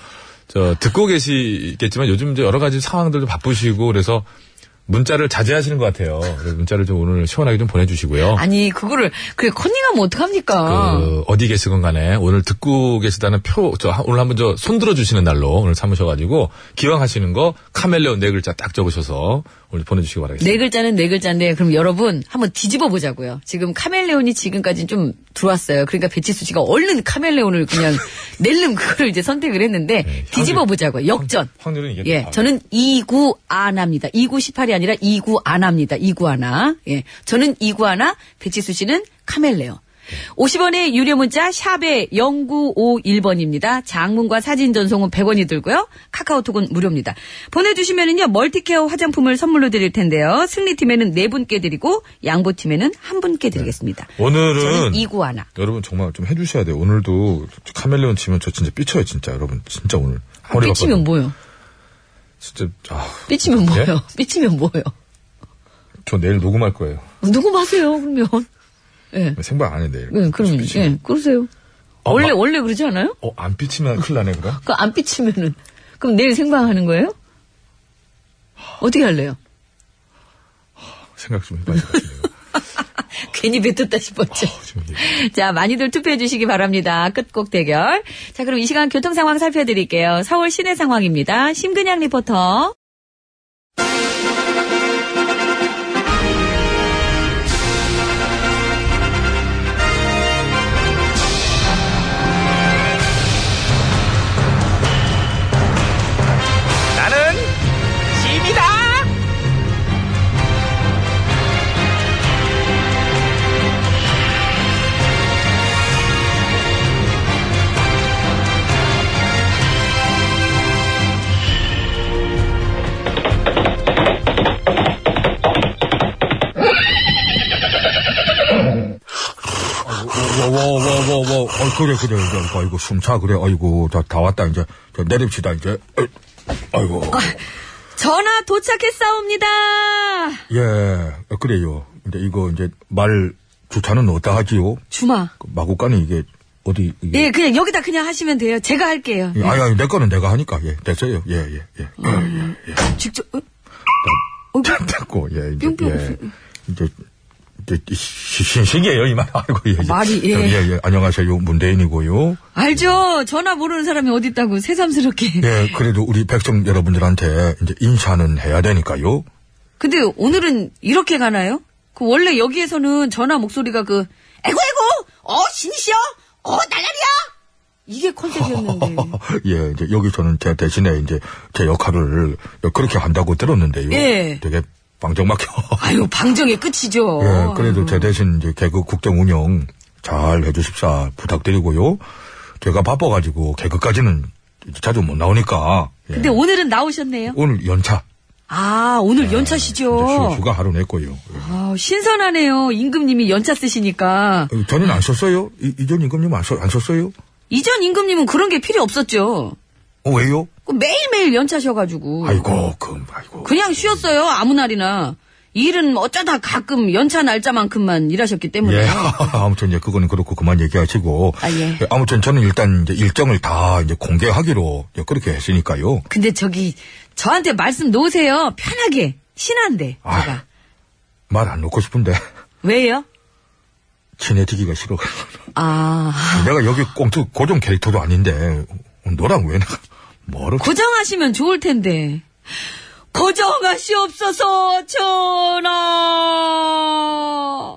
[SPEAKER 2] 저, 듣고 계시겠지만 요즘 이제 여러 가지 상황들도 바쁘시고, 그래서 문자를 자제하시는 것 같아요. 그래서 문자를 좀 오늘 시원하게 좀 보내주시고요.
[SPEAKER 9] 아니 그거를 그래 컨닝하면 어떡합니까
[SPEAKER 2] 그 어디 계시건 간에 오늘 듣고 계시다는 표, 저, 한- 오늘 한번 저, 손 들어주시는 날로 오늘 삼으셔가지고, 기왕 하시는 거, 카멜레온 네 글자 딱 적으셔서, 오늘 보내주시기 바라겠습니다.
[SPEAKER 3] 네 글자는 네 글자인데 그럼 여러분 한번 뒤집어 보자고요. 지금 카멜레온이 지금까지 좀 들어왔어요. 그러니까 배치수 씨가 얼른 카멜레온을
[SPEAKER 2] [LAUGHS]
[SPEAKER 3] 그냥 낼름 그거를 이제 선택을 했는데
[SPEAKER 2] 네,
[SPEAKER 3] 뒤집어 보자고요. 역전.
[SPEAKER 2] 확률은 이게 아,
[SPEAKER 3] 예,
[SPEAKER 2] 다
[SPEAKER 3] 저는 29 안합니다. 29 18이 아니라 29 안합니다. 29 하나. 예, 저는 29 하나. 배치수 씨는 카멜레온. 50원의 유료 문자 샵에 0951번입니다. 장문과 사진 전송은 100원이 들고요. 카카오톡은 무료입니다. 보내주시면은요 멀티케어 화장품을 선물로 드릴 텐데요. 승리팀에는 네 분께 드리고 양보팀에는 한 분께 드리겠습니다. 저는
[SPEAKER 2] 네. 오늘은
[SPEAKER 3] 2구 하나.
[SPEAKER 2] 여러분 정말 좀 해주셔야 돼요. 오늘도 카멜레온 치면 저 진짜 삐쳐요, 진짜 여러분. 진짜 오늘 머리가
[SPEAKER 3] 아, 삐치면 뭐요?
[SPEAKER 2] 진짜 아,
[SPEAKER 3] 삐치면
[SPEAKER 2] 예?
[SPEAKER 3] 뭐요? 삐치면 뭐요?
[SPEAKER 2] 저 내일 녹음할 거예요.
[SPEAKER 3] 누구 마세요 그러면? 예,
[SPEAKER 2] 생방 안 해 내일.
[SPEAKER 3] 예, 그럼 예, 그러세요.
[SPEAKER 2] 아,
[SPEAKER 3] 원래
[SPEAKER 2] 막-
[SPEAKER 3] 원래 그러지 않아요?
[SPEAKER 2] 어, 안 삐치면 큰일 나네 그럼.
[SPEAKER 3] 그 안 삐치면은 그럼 내일 생방하는 거예요? 어떻게 할래요? [LAUGHS]
[SPEAKER 2] 생각 좀 해봐야 될 것 같은데요.
[SPEAKER 3] 괜히 뱉었다 싶었죠. [LAUGHS] 자, 많이들 투표해 주시기 바랍니다. 끝곡 대결. 자, 그럼 이 시간 교통 상황 살펴드릴게요. 서울 시내 상황입니다. 심근양 리포터.
[SPEAKER 14] 나는 짐이다.
[SPEAKER 2] 어, 와와와와와 어, 그래 그래 이제 아이고 숨차 그래 아이고 다, 다 왔다 이제 저 내립시다 이제 어, 아이고
[SPEAKER 3] 전화 도착했사옵니다.
[SPEAKER 2] 예 그래요 근데 이거 이제 말 주차는 어디다 하지요
[SPEAKER 3] 주마.
[SPEAKER 2] 그 마구간에 이게 어디 이게
[SPEAKER 3] 예, 그냥 여기다 그냥 하시면 돼요. 제가 할게요.
[SPEAKER 2] 예, 아니 아니 내 거는 내가 하니까 예 됐어요 예 예예
[SPEAKER 3] 음. 직접 어?
[SPEAKER 2] 됐고 예 이제
[SPEAKER 3] 뿅뿅.
[SPEAKER 2] 예 이제 이제 시- 신식이에요 이만 [LAUGHS] 아이고 예 이제.
[SPEAKER 3] 말이, 예.
[SPEAKER 2] 저, 예 안녕하세요 문대인이고요
[SPEAKER 3] 알죠. 전화 모르는 사람이 어디 있다고 새삼스럽게.
[SPEAKER 2] 예 그래도 우리 백성 여러분들한테 이제 인사는 해야 되니까요
[SPEAKER 3] 근데 오늘은 이렇게 가나요? 그 원래 여기에서는 전화 목소리가 그 에고 에고 어 신이시여 어 날라리야 이게
[SPEAKER 2] [LAUGHS]
[SPEAKER 3] 컨셉이었는데.
[SPEAKER 2] 예, 이제 여기서는 제 대신에 이제 제 역할을 그렇게 한다고 들었는데요.
[SPEAKER 3] 예.
[SPEAKER 2] 되게 방정막혀.
[SPEAKER 3] 아유 방정의 끝이죠.
[SPEAKER 2] 예, 그래도
[SPEAKER 3] 아유.
[SPEAKER 2] 제 대신 이제 개그 국정 운영 잘 해주십사 부탁드리고요. 제가 바빠가지고 개그까지는 이제 자주 못 나오니까. 예.
[SPEAKER 3] 근데 오늘은 나오셨네요.
[SPEAKER 2] 오늘 연차.
[SPEAKER 3] 아 오늘
[SPEAKER 2] 이제 휴,
[SPEAKER 3] 연차시죠.
[SPEAKER 2] 가 하루 냈고요.
[SPEAKER 3] 아 신선하네요. 임금님이 연차 쓰시니까
[SPEAKER 2] 예. 저는 안 썼어요. 이, 이전 임금님 안, 썼, 안 썼어요?
[SPEAKER 3] 이전 임금님은 그런 게 필요 없었죠.
[SPEAKER 2] 어, 왜요?
[SPEAKER 3] 그 매일매일 연차셔가지고
[SPEAKER 2] 아이고, 그, 아이고.
[SPEAKER 3] 그냥 쉬었어요 아무 날이나 일은 어쩌다 가끔 연차 날짜만큼만 일하셨기 때문에.
[SPEAKER 2] 예, [LAUGHS] 아무튼 이제 그거는 그렇고 그만 얘기하시고.
[SPEAKER 3] 아, 예.
[SPEAKER 2] 무튼 저는 일단 이제 일정을 다 이제 공개하기로 이제 그렇게 했으니까요.
[SPEAKER 3] 근데 저기 저한테 말씀 놓으세요. 편하게 신한데 제가
[SPEAKER 2] 아, 말 안 놓고 싶은데 [LAUGHS]
[SPEAKER 3] 왜요?
[SPEAKER 2] 친해지기가 싫어.
[SPEAKER 3] 아
[SPEAKER 2] 내가 여기 꽁트 고정 캐릭터도 아닌데 너랑 왜 내가 뭐를 그,
[SPEAKER 3] 고정하시면 좋을 텐데 고정하시옵소서 전하.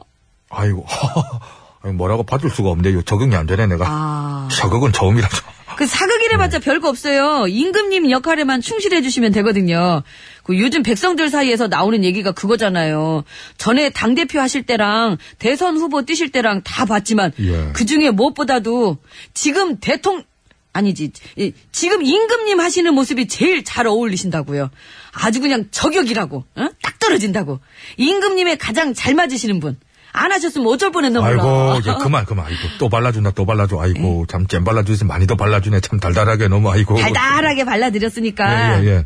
[SPEAKER 2] 아이고 [LAUGHS] 아니, 뭐라고 받을 수가 없네요. 적응이 안 되네 내가.
[SPEAKER 3] 아.
[SPEAKER 2] 자극은 처음이라서.
[SPEAKER 3] 그 사극이래봤자 별거 없어요. 임금님 역할에만 충실해주시면 되거든요. 그 요즘 백성들 사이에서 나오는 얘기가 그거잖아요. 전에 당대표 하실 때랑 대선 후보 뛰실 때랑 다 봤지만
[SPEAKER 2] 예.
[SPEAKER 3] 그 중에 무엇보다도 지금 대통, 아니지. 이- 지금 임금님 하시는 모습이 제일 잘 어울리신다고요. 아주 그냥 저격이라고. 어? 딱 떨어진다고. 임금님의 가장 잘 맞으시는 분. 안 하셨으면 어쩔 뻔했나 몰라.
[SPEAKER 2] 아이고 이제 그만 그만 아이고 또 발라준다 또 발라줘 아이고 참 잼 발라주지 많이 더 발라주네 참 달달하게 너무 아이고.
[SPEAKER 3] 예. 달달하게 발라드렸으니까
[SPEAKER 2] 예, 예, 예.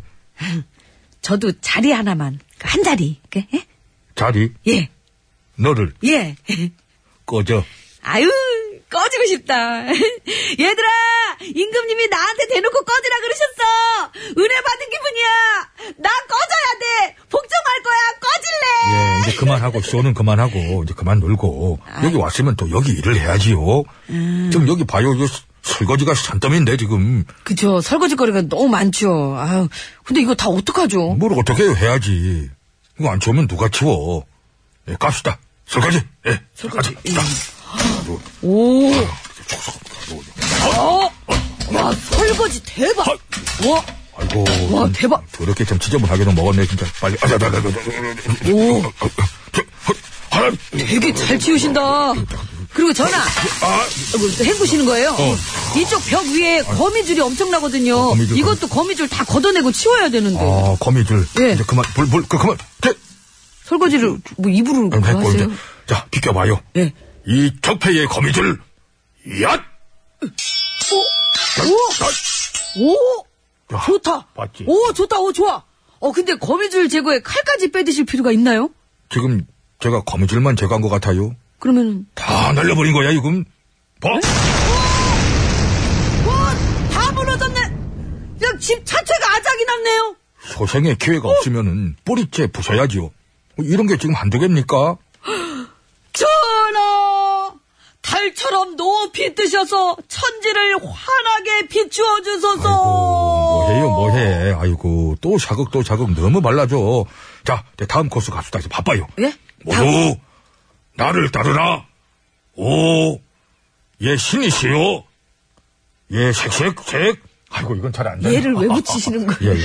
[SPEAKER 3] 저도 자리 하나만 한 자리 그, 예?
[SPEAKER 2] 자리
[SPEAKER 3] 예,
[SPEAKER 2] 너를
[SPEAKER 3] 예.
[SPEAKER 2] 꺼져.
[SPEAKER 3] 아유 꺼지고 싶다 [LAUGHS] 얘들아 임금님이 나한테 대놓고 꺼지라 그러셨어 은혜 받은 기분이야 나 꺼져야 돼 복종할 거야 꺼질래
[SPEAKER 2] 예, 이제 그만하고 쇼는 그만하고 이제 그만 놀고
[SPEAKER 3] 아.
[SPEAKER 2] 여기 왔으면 또 여기 일을 해야지요.
[SPEAKER 3] 음.
[SPEAKER 2] 지금 여기 봐요, 이거 수- 설거지가 산더미인데 지금
[SPEAKER 3] 그쵸 설거지 거리가 너무 많죠 아유 근데 이거 다 어떡하죠
[SPEAKER 2] 뭘 어떻게 해야지. 이거 안 채우면 누가 채워? 예, 깝시다. 설거지. 예. 설거지.
[SPEAKER 9] 음. 오. 어. 와, 설거지 대박. 와,
[SPEAKER 2] 아이고.
[SPEAKER 9] 와, 대박.
[SPEAKER 2] 더럽게 참 지저분하게 좀 먹었네, 진짜. 빨리. 아, 자, 자, 자, 자, 자, 자, 자.
[SPEAKER 9] 오.
[SPEAKER 2] 저, 아, 아,
[SPEAKER 9] 되게 잘 치우신다. 그리고 전화. 아이고, 또 헹구시는 거예요? 이쪽 벽 위에 거미줄이 엄청나거든요.
[SPEAKER 2] 어. 아. 거미줄,
[SPEAKER 9] 이것도 거미줄 다 걷어내고 치워야 되는데.
[SPEAKER 2] 아, 거미줄.
[SPEAKER 9] 예.
[SPEAKER 2] 이제 그만, 불, 불, 그, 그만. 자,
[SPEAKER 9] 설거지를 뭐 입으로
[SPEAKER 2] 그럼
[SPEAKER 9] 하세요?
[SPEAKER 2] 했고, 이제. 자, 비켜봐요.
[SPEAKER 9] 예.
[SPEAKER 2] 이 적폐의 거미줄. 얏!
[SPEAKER 9] 어? 오! 오!
[SPEAKER 2] 야,
[SPEAKER 9] 좋다.
[SPEAKER 2] 봤지?
[SPEAKER 9] 오, 좋다. 오, 좋아. 어, 근데 거미줄 제거에 칼까지 빼드실 필요가 있나요?
[SPEAKER 2] 지금 제가 거미줄만 제거한 것 같아요.
[SPEAKER 9] 그러면은
[SPEAKER 2] 다 날려버린 거야, 지금. 뭐? 봐.
[SPEAKER 9] 와, 다 무너졌네. 그냥 집 자체가 아작이 났네요.
[SPEAKER 2] 소생의 기회가 없으면은 뿌리째 부숴야지요. 뭐 이런 게 지금 한두 개입니까?
[SPEAKER 9] 전하! 달처럼 높이 뜨셔서 천지를 환하게 비추어 주소서.
[SPEAKER 2] 뭐해요, 뭐해. 아이고, 또 자극, 또 자극 너무 말라져. 자, 이제 다음 코스 갑시다. 이제 바빠요.
[SPEAKER 9] 예?
[SPEAKER 2] 모두 나를 따르라. 오, 예 신이시요. 예 색색색. 아이고, 이건 잘 안 되네.
[SPEAKER 9] 얘를
[SPEAKER 2] [LAUGHS]
[SPEAKER 9] 왜 붙이시는
[SPEAKER 2] 예,
[SPEAKER 9] 거예요?
[SPEAKER 2] 예.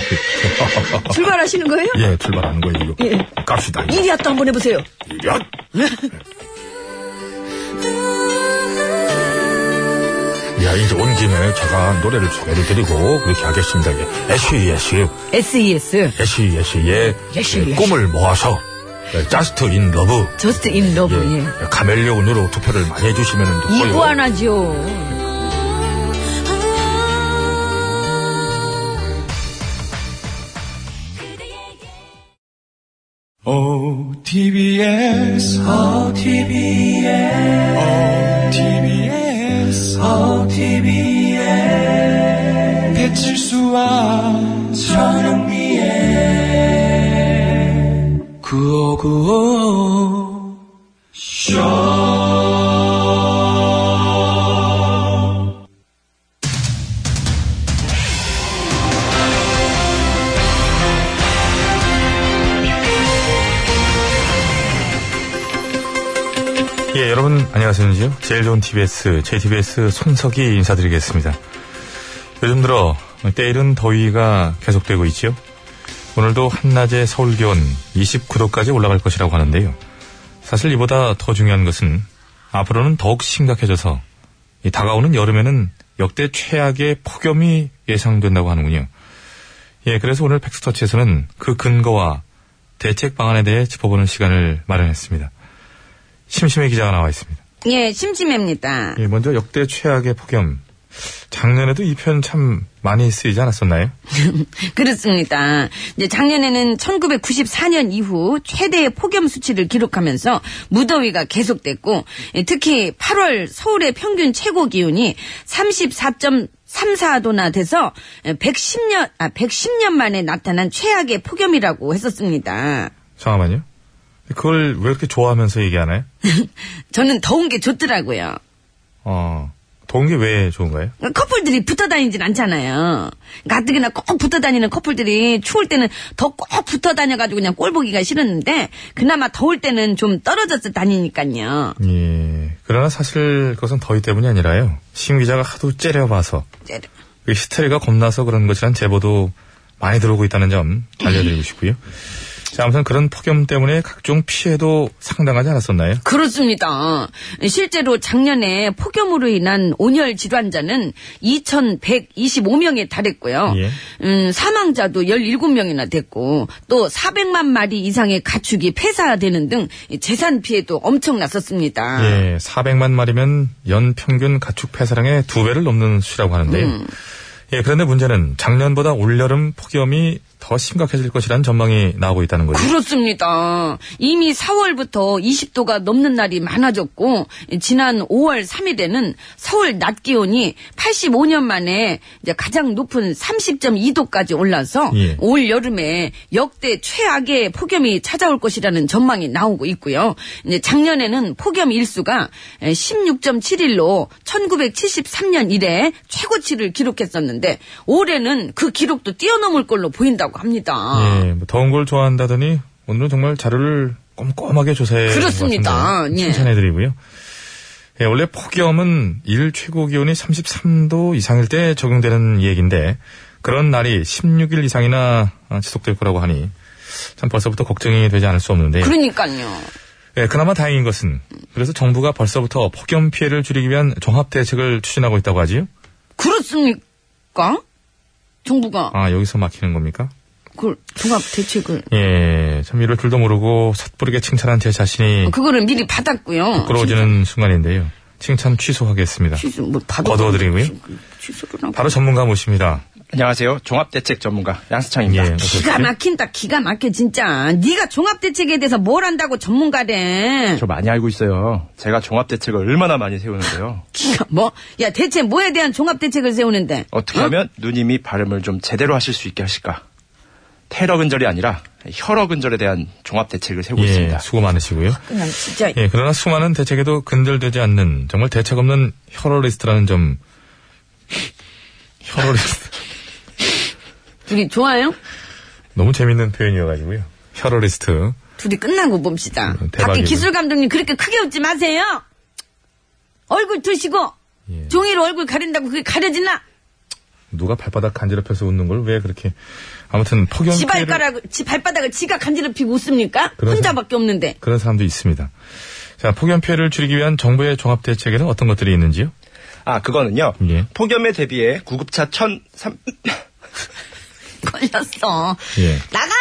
[SPEAKER 9] 출발하시는 거예요?
[SPEAKER 2] 예, 출발하는 거예요, 이거.
[SPEAKER 9] 예.
[SPEAKER 2] 갑시다. 이거.
[SPEAKER 9] 이리 왔다 한번 해보세요.
[SPEAKER 2] 야! 야, 이제 온 김에 제가 노래를 소개를 드리고, 그렇게 하겠습니다. 예. SES,
[SPEAKER 9] SES.
[SPEAKER 2] SES, 예.
[SPEAKER 9] 예시,
[SPEAKER 2] 예,
[SPEAKER 9] 예시.
[SPEAKER 2] 꿈을 모아서, 예, Just in Love.
[SPEAKER 9] Just in
[SPEAKER 2] 예,
[SPEAKER 9] love. 예.
[SPEAKER 2] 예, 카멜레온으로 투표를 많이 해주시면 좋고요.
[SPEAKER 9] 이구아나죠.
[SPEAKER 13] OTBS, OTBS, OTBS, OTBS, 배칠수와 전영미의 구호구호
[SPEAKER 2] 예, 여러분 안녕하세요. 제일 좋은 TBS, JTBS 손석희 인사드리겠습니다. 요즘 들어 때이른 더위가 계속되고 있지요. 오늘도 한낮에 서울 기온 29도까지 올라갈 것이라고 하는데요. 사실 이보다 더 중요한 것은 앞으로는 더욱 심각해져서 이 다가오는 여름에는 역대 최악의 폭염이 예상된다고 하는군요. 예, 그래서 오늘 팩스터치에서는 그 근거와 대책 방안에 대해 짚어보는 시간을 마련했습니다. 심심해 기자가 나와 있습니다.
[SPEAKER 3] 예, 심심합니다.
[SPEAKER 2] 예, 먼저 역대 최악의 폭염. 작년에도 이 편 참 많이 쓰이지 않았었나요?
[SPEAKER 3] 그렇습니다. 이제 작년에는 1994년 이후 최대의 폭염 수치를 기록하면서 무더위가 계속됐고 예, 특히 8월 서울의 평균 최고 기온이 34.34도나 돼서 110년 아 110년 만에 나타난 최악의 폭염이라고 했었습니다.
[SPEAKER 2] 잠깐만요. 그걸 왜 이렇게 좋아하면서 얘기하나요?
[SPEAKER 3] 저는 더운 게 좋더라고요.
[SPEAKER 2] 어, 더운 게 왜 좋은가요?
[SPEAKER 3] 커플들이 붙어 다니진 않잖아요. 그러니까 가뜩이나 꼭 붙어 다니는 커플들이 추울 때는 더 꼭 붙어 다녀가지고 그냥 꼴 보기가 싫었는데 그나마 더울 때는 좀 떨어져서 다니니까요.
[SPEAKER 2] 예. 그러나 사실 그것은 더위 때문이 아니라요. 심 기자가 하도 째려봐서 그 히스테리가 겁나서 그런 것이란 제보도 많이 들어오고 있다는 점 알려드리고 싶고요. 자, 아무튼 그런 폭염 때문에 각종 피해도 상당하지 않았었나요?
[SPEAKER 3] 그렇습니다. 실제로 작년에 폭염으로 인한 온열 질환자는 2,125명에 달했고요.
[SPEAKER 2] 예.
[SPEAKER 3] 음, 사망자도 17명이나 됐고 또 400만 마리 이상의 가축이 폐사되는 등 재산 피해도 엄청 났었습니다.
[SPEAKER 2] 예, 400만 마리면 연 평균 가축 폐사량의 두 배를 넘는 수라고 하는데요.
[SPEAKER 3] 음.
[SPEAKER 2] 예, 그런데 문제는 작년보다 올여름 폭염이 더 심각해질 것이라는 전망이 나오고 있다는 거죠.
[SPEAKER 3] 그렇습니다. 이미 4월부터 20도가 넘는 날이 많아졌고 지난 5월 3일에는 서울 낮 기온이 85년 만에 이제 가장 높은 30.2도까지 올라서
[SPEAKER 2] 예.
[SPEAKER 3] 올 여름에 역대 최악의 폭염이 찾아올 것이라는 전망이 나오고 있고요. 이제 작년에는 폭염 일수가 16.7일로 1973년 이래 최고치를 기록했었는데 올해는 그 기록도 뛰어넘을 걸로 보인다고 합니다.
[SPEAKER 2] 예, 뭐 더운 걸 좋아한다더니 오늘은 정말 자료를 꼼꼼하게 조사해
[SPEAKER 3] 그렇습니다. 예.
[SPEAKER 2] 칭찬해드리고요. 예, 원래 폭염은 일 최고 기온이 33도 이상일 때 적용되는 얘기인데 그런 날이 16일 이상이나 아, 지속될 거라고 하니 참 벌써부터 걱정이 되지 않을 수 없는데
[SPEAKER 3] 그러니까요.
[SPEAKER 2] 예, 그나마 다행인 것은 그래서 정부가 벌써부터 폭염 피해를 줄이기 위한 종합 대책을 추진하고 있다고 하지요.
[SPEAKER 3] 그렇습니까? 정부가
[SPEAKER 2] 아 여기서 막히는 겁니까?
[SPEAKER 3] 그 종합 대책을
[SPEAKER 2] 예, 참 이럴 줄도 모르고 섣부르게 칭찬한 제 자신이
[SPEAKER 3] 그거를 미리 받았고요.
[SPEAKER 2] 부끄러워지는 순간인데요. 칭찬 취소하겠습니다.
[SPEAKER 3] 취소 뭐 받아
[SPEAKER 2] 거두어드리고요.
[SPEAKER 3] 취소를 하고.
[SPEAKER 2] 바로 전문가 모십니다.
[SPEAKER 14] 안녕하세요. 종합대책 전문가
[SPEAKER 2] 예,
[SPEAKER 14] 양수창입니다.
[SPEAKER 2] 어서
[SPEAKER 3] 기가
[SPEAKER 2] 오십시오.
[SPEAKER 3] 막힌다 기가 막혀 진짜. 네가 종합 대책에 대해서 뭘 안다고 전문가래.
[SPEAKER 14] 저 많이 알고 있어요. 제가 종합대책을 얼마나 많이 세우는데요.
[SPEAKER 3] 기가 뭐? 야 대체 뭐에 대한 종합 대책을 세우는데?
[SPEAKER 14] 어떻게 하면 누님이 발음을 좀 제대로 하실 수 있게 하실까? 테러 근절이 아니라 혈어 근절에 대한 종합대책을 세우고
[SPEAKER 2] 예,
[SPEAKER 14] 있습니다.
[SPEAKER 2] 수고 많으시고요.
[SPEAKER 3] 그냥 진짜
[SPEAKER 2] 예, 그러나 수많은 대책에도 근절되지 않는 정말 대책 없는 혀러리스트라는 점. [LAUGHS] 혀러리스트.
[SPEAKER 3] 둘이 좋아요?
[SPEAKER 2] 너무 재밌는 표현이어가지고요. 혀러리스트.
[SPEAKER 3] 둘이 끝나고 봅시다.
[SPEAKER 2] 음,
[SPEAKER 3] 밖에
[SPEAKER 2] 대박이네.
[SPEAKER 3] 기술 감독님 그렇게 크게 웃지 마세요. 얼굴 드시고
[SPEAKER 2] 예.
[SPEAKER 3] 종이로 얼굴 가린다고 그게 가려지나?
[SPEAKER 2] 누가 발바닥 간지럽혀서 웃는 걸 왜 그렇게. 아무튼 폭염
[SPEAKER 3] 지
[SPEAKER 2] 피해를-
[SPEAKER 3] 발가락을 지 발바닥을 지가 간지럽히고 웃습니까?
[SPEAKER 2] 그런
[SPEAKER 3] 혼자밖에 없는데. [LAUGHS]
[SPEAKER 2] 그런 사람도 있습니다. 자, 폭염 피해를 줄이기 위한 정부의 종합 대책에는 어떤 것들이 있는지요?
[SPEAKER 14] 아, 그거는요.
[SPEAKER 2] 예.
[SPEAKER 14] 폭염에 대비해 구급차 1003
[SPEAKER 3] 걸렸어.
[SPEAKER 2] 예.
[SPEAKER 3] 나가!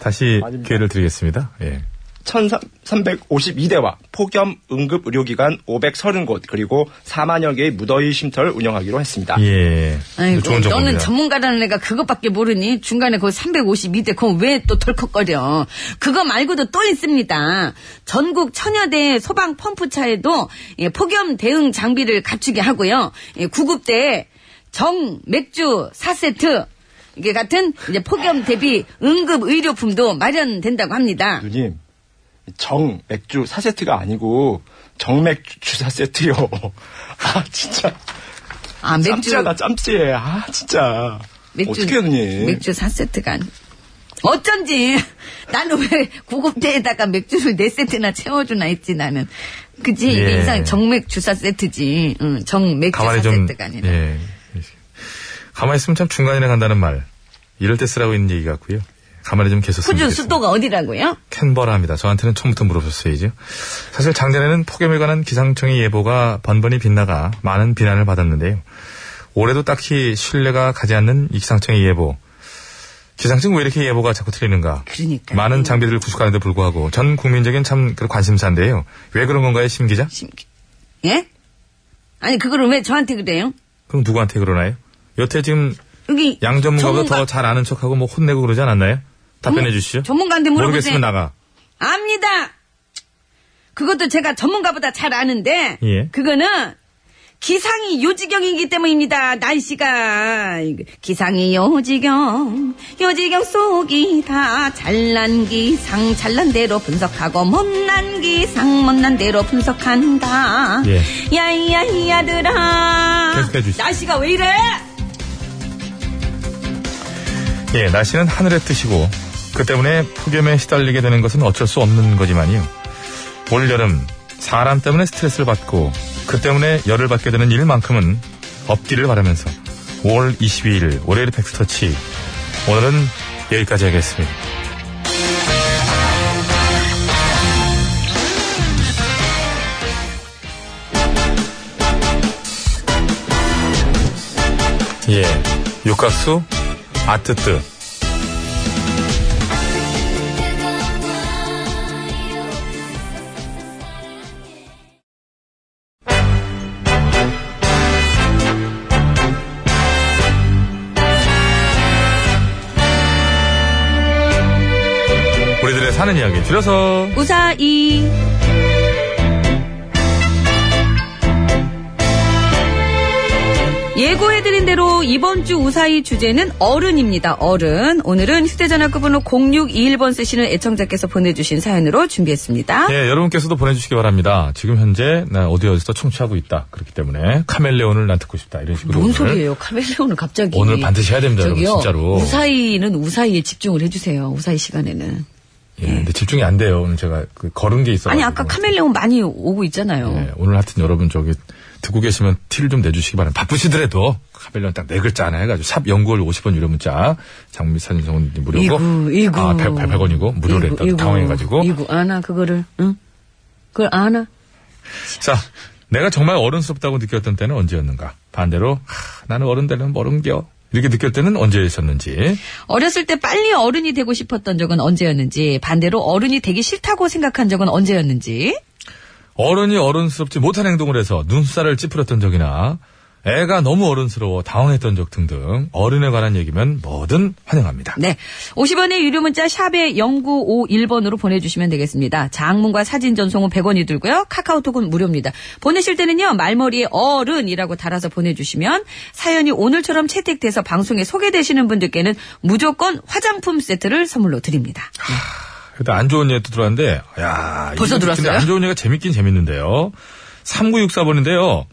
[SPEAKER 2] 다시
[SPEAKER 14] 아닙니다.
[SPEAKER 2] 기회를 드리겠습니다. 예.
[SPEAKER 14] 1352대와 폭염 응급 의료기관 530곳 그리고 4만여 개의 무더위 쉼터를 운영하기로 했습니다.
[SPEAKER 2] 예.
[SPEAKER 3] 아. 아이고,
[SPEAKER 2] 좋은 정보입니다.
[SPEAKER 3] 너는 전문가라는 애가 그것밖에 모르니 중간에 그 352대 그건 왜 또 덜컥거려. 그거 말고도 또 있습니다. 전국 천여대 소방 펌프차에도 예, 폭염 대응 장비를 갖추게 하고요. 예, 구급대에 정, 맥주 4세트 이게 같은 이제 폭염 대비 응급 의료품도 마련된다고 합니다.
[SPEAKER 14] 누님, 정 맥주 4세트가 아니고 정맥주 4세트요. [LAUGHS] 아, 진짜.
[SPEAKER 3] 아, 맥주
[SPEAKER 14] 짬짜다, 짬찌해. 아, 진짜. 어떻게 해요, 누님?
[SPEAKER 3] 맥주 4세트가 아니. 어쩐지 [LAUGHS] 나는 왜 구급대에다가 맥주를 4세트나 채워주나 했지 나는. 그지? 이게
[SPEAKER 2] 예.
[SPEAKER 3] 이상 정맥 주사 세트지. 응, 정맥 주사
[SPEAKER 2] 가만히 좀
[SPEAKER 3] 세트가 아니라.
[SPEAKER 2] 예. 가만히 있으면 참 중간이나 간다는 말. 이럴 때 쓰라고 있는 얘기 같고요. 가만히 좀 계속 쓰면
[SPEAKER 3] 호주
[SPEAKER 2] 좋겠습니다.
[SPEAKER 3] 수도가 어디라고요?
[SPEAKER 2] 캔버라입니다. 저한테는 처음부터 물어보셨어야죠. 사실 작년에는 폭염에 관한 기상청의 예보가 번번이 빗나가 많은 비난을 받았는데요. 올해도 딱히 신뢰가 가지 않는 이 기상청의 예보. 기상청 왜 이렇게 예보가 자꾸 틀리는가?
[SPEAKER 3] 그러니까.
[SPEAKER 2] 많은 장비들을 구축하는데 불구하고 전 국민적인 참 그런 관심사인데요. 왜 그런 건가요, 심 기자?
[SPEAKER 3] 예? 아니 그거를 왜 저한테 그래요?
[SPEAKER 2] 그럼 누구한테 그러나요? 여태 지금
[SPEAKER 3] 여기
[SPEAKER 2] 양 전문가보다
[SPEAKER 3] 전문가-
[SPEAKER 2] 더 잘 아는 척하고 뭐 혼내고 그러지 않았나요? 답변해 주시죠.
[SPEAKER 3] 전문가한테 네. 물어보세요.
[SPEAKER 2] 모르겠으면 나가.
[SPEAKER 3] 압니다. 그것도 제가 전문가보다 잘 아는데
[SPEAKER 2] 예.
[SPEAKER 3] 그거는 기상이 요지경이기 때문입니다. 날씨가 기상이 요지경, 요지경 속이 다 잘난 기상 잘난 대로 분석하고 못난 기상 못난 대로 분석한다.
[SPEAKER 2] 예.
[SPEAKER 3] 야이야 이 아들아.
[SPEAKER 2] 계속해 주시죠.
[SPEAKER 3] 날씨가 왜 이래?
[SPEAKER 2] 예, 날씨는 하늘의 뜻이고 그 때문에 폭염에 시달리게 되는 것은 어쩔 수 없는 거지만요. 올 여름 사람 때문에 스트레스를 받고 그 때문에 열을 받게 되는 일만큼은 없기를 바라면서 5월 22일 월요일 백스터치 오늘은 여기까지 하겠습니다. 예, 육각수 아트뜨 우리들의 사는 이야기 줄여서
[SPEAKER 3] 우사이. 예고해드린 대로 이번 주 우사히 주제는 어른입니다. 어른. 오늘은 휴대전화 끝번호 0621번 쓰시는 애청자께서 보내주신 사연으로 준비했습니다.
[SPEAKER 2] 예, 여러분께서도 보내주시기 바랍니다. 지금 현재 나 어디 어디서 청취하고 있다. 그렇기 때문에 카멜레온을 난 듣고 싶다. 이런 식으로.
[SPEAKER 3] 뭔
[SPEAKER 2] 네. 오늘.
[SPEAKER 3] 소리예요? 카멜레온을 갑자기.
[SPEAKER 2] 오늘 반드시 해야 됩니다, 여러분, 진짜로.
[SPEAKER 3] 우사히는 우사히에 집중을 해주세요. 우사히 시간에는.
[SPEAKER 2] 예, 근데 집중이 안 돼요. 오늘 제가 그 걸은 게 있어요.
[SPEAKER 3] 아니 아까 카멜레온 많이 오고 있잖아요.
[SPEAKER 2] 예, 오늘 하여튼 여러분 저기 듣고 계시면 티를 좀 내주시기 바랍니다. 바쁘시더라도 카멜레온 딱 네 글자 하나 해가지고 샵 연구월 50원 유료 문자 장미 사진 성은 무료고
[SPEAKER 3] 이구, 이구.
[SPEAKER 2] 아 100, 100원이고 무료로
[SPEAKER 3] 이구,
[SPEAKER 2] 했다
[SPEAKER 3] 이구.
[SPEAKER 2] 당황해가지고
[SPEAKER 3] 이거 아나 그거를 응 그걸 아나
[SPEAKER 2] 자 내가 정말 어른스럽다고 느꼈던 때는 언제였는가 반대로 하, 나는 어른 되려면 멀은겨 이렇게 느낄 때는 언제였었는지
[SPEAKER 3] 어렸을 때 빨리 어른이 되고 싶었던 적은 언제였는지 반대로 어른이 되기 싫다고 생각한 적은 언제였는지
[SPEAKER 2] 어른이 어른스럽지 못한 행동을 해서 눈살을 찌푸렸던 적이나 애가 너무 어른스러워 당황했던 적 등등 어른에 관한 얘기면 뭐든 환영합니다.
[SPEAKER 3] 네. 50원의 유료 문자 샵에 0951번으로 보내주시면 되겠습니다. 장문과 사진 전송은 100원이 들고요. 카카오톡은 무료입니다. 보내실 때는요. 말머리에 어른이라고 달아서 보내주시면 사연이 오늘처럼 채택돼서 방송에 소개되시는 분들께는 무조건 화장품 세트를 선물로 드립니다.
[SPEAKER 2] 그래도 안 좋은 얘기 또 들어왔는데, 야
[SPEAKER 3] 벌써 들어왔어요?
[SPEAKER 2] 근데 안 좋은 얘기가 재밌긴 재밌는데요. 3964번인데요.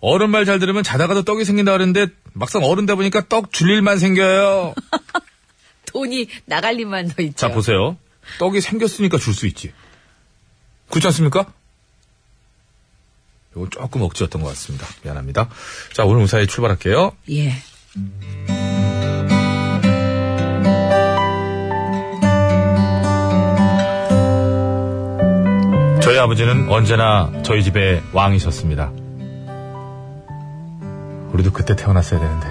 [SPEAKER 2] 어른 말 잘 들으면 자다가도 떡이 생긴다 그러는데 막상 어른 다 보니까 떡 줄일만 생겨요.
[SPEAKER 3] 돈이 나갈 일만 더 있죠.
[SPEAKER 2] 자 보세요. 네. 떡이 생겼으니까 줄 수 있지. 그렇지 않습니까? 이건 조금 억지였던 것 같습니다. 미안합니다. 자 오늘 무사히 출발할게요.
[SPEAKER 3] 예.
[SPEAKER 2] 저희 아버지는 언제나 저희 집의 왕이셨습니다. 우리도 그때 태어났어야 되는데.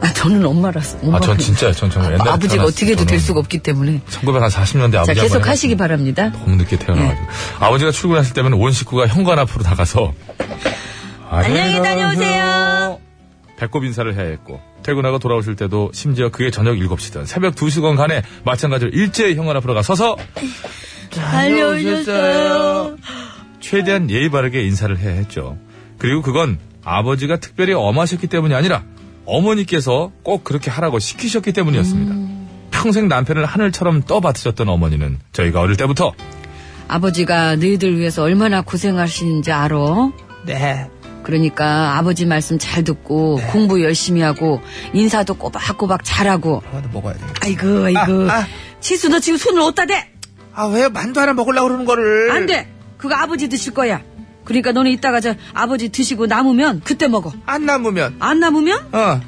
[SPEAKER 3] 아, 저는 엄마라서.
[SPEAKER 2] 아, 전 진짜, 전 정말 옛날에
[SPEAKER 3] 그 아버지가
[SPEAKER 2] 태어났-
[SPEAKER 3] 어떻게 해도 될
[SPEAKER 2] 저는
[SPEAKER 3] 수가 없기 때문에.
[SPEAKER 2] 1940년대 아버지
[SPEAKER 3] 자, 계속
[SPEAKER 2] 한번
[SPEAKER 3] 하시기 네. 바랍니다.
[SPEAKER 2] 너무 늦게 태어나가지고. 아버지가 출근하실 때면 온 식구가 현관 앞으로 나가서.
[SPEAKER 3] 안녕히 다녀오세요.
[SPEAKER 2] 배꼽 인사를 해야 했고, 퇴근하고 돌아오실 때도 심지어 그게 저녁 7시든 새벽 2시건 간에 마찬가지로 일제히 현관 앞으로 가 서서
[SPEAKER 3] 다녀오셨어요.
[SPEAKER 2] 최대한 예의 바르게 인사를 해야 했죠. 그리고 그건 아버지가 특별히 엄하셨기 때문이 아니라 어머니께서 꼭 그렇게 하라고 시키셨기 때문이었습니다. 평생 남편을 하늘처럼 떠받드셨던 어머니는 저희가 어릴 때부터
[SPEAKER 3] 아버지가 너희들 위해서 얼마나 고생하시는지 알아? 네. 그러니까 아버지 말씀 잘 듣고
[SPEAKER 2] 네.
[SPEAKER 3] 공부 열심히 하고 인사도 꼬박꼬박 잘하고.
[SPEAKER 6] 만두 먹어야 돼.
[SPEAKER 3] 아이고 아이고. 치수 너 지금 손을 어디다 대?
[SPEAKER 6] 아 왜 만두 하나 먹으려고
[SPEAKER 2] 네.
[SPEAKER 6] 그러는 거를?
[SPEAKER 3] 안 돼. 그거 아버지 드실 거야. 그러니까 너는 이따가 저 아버지 드시고 남으면 그때 먹어.
[SPEAKER 6] 안 남으면.
[SPEAKER 3] 안 남으면?
[SPEAKER 6] 어.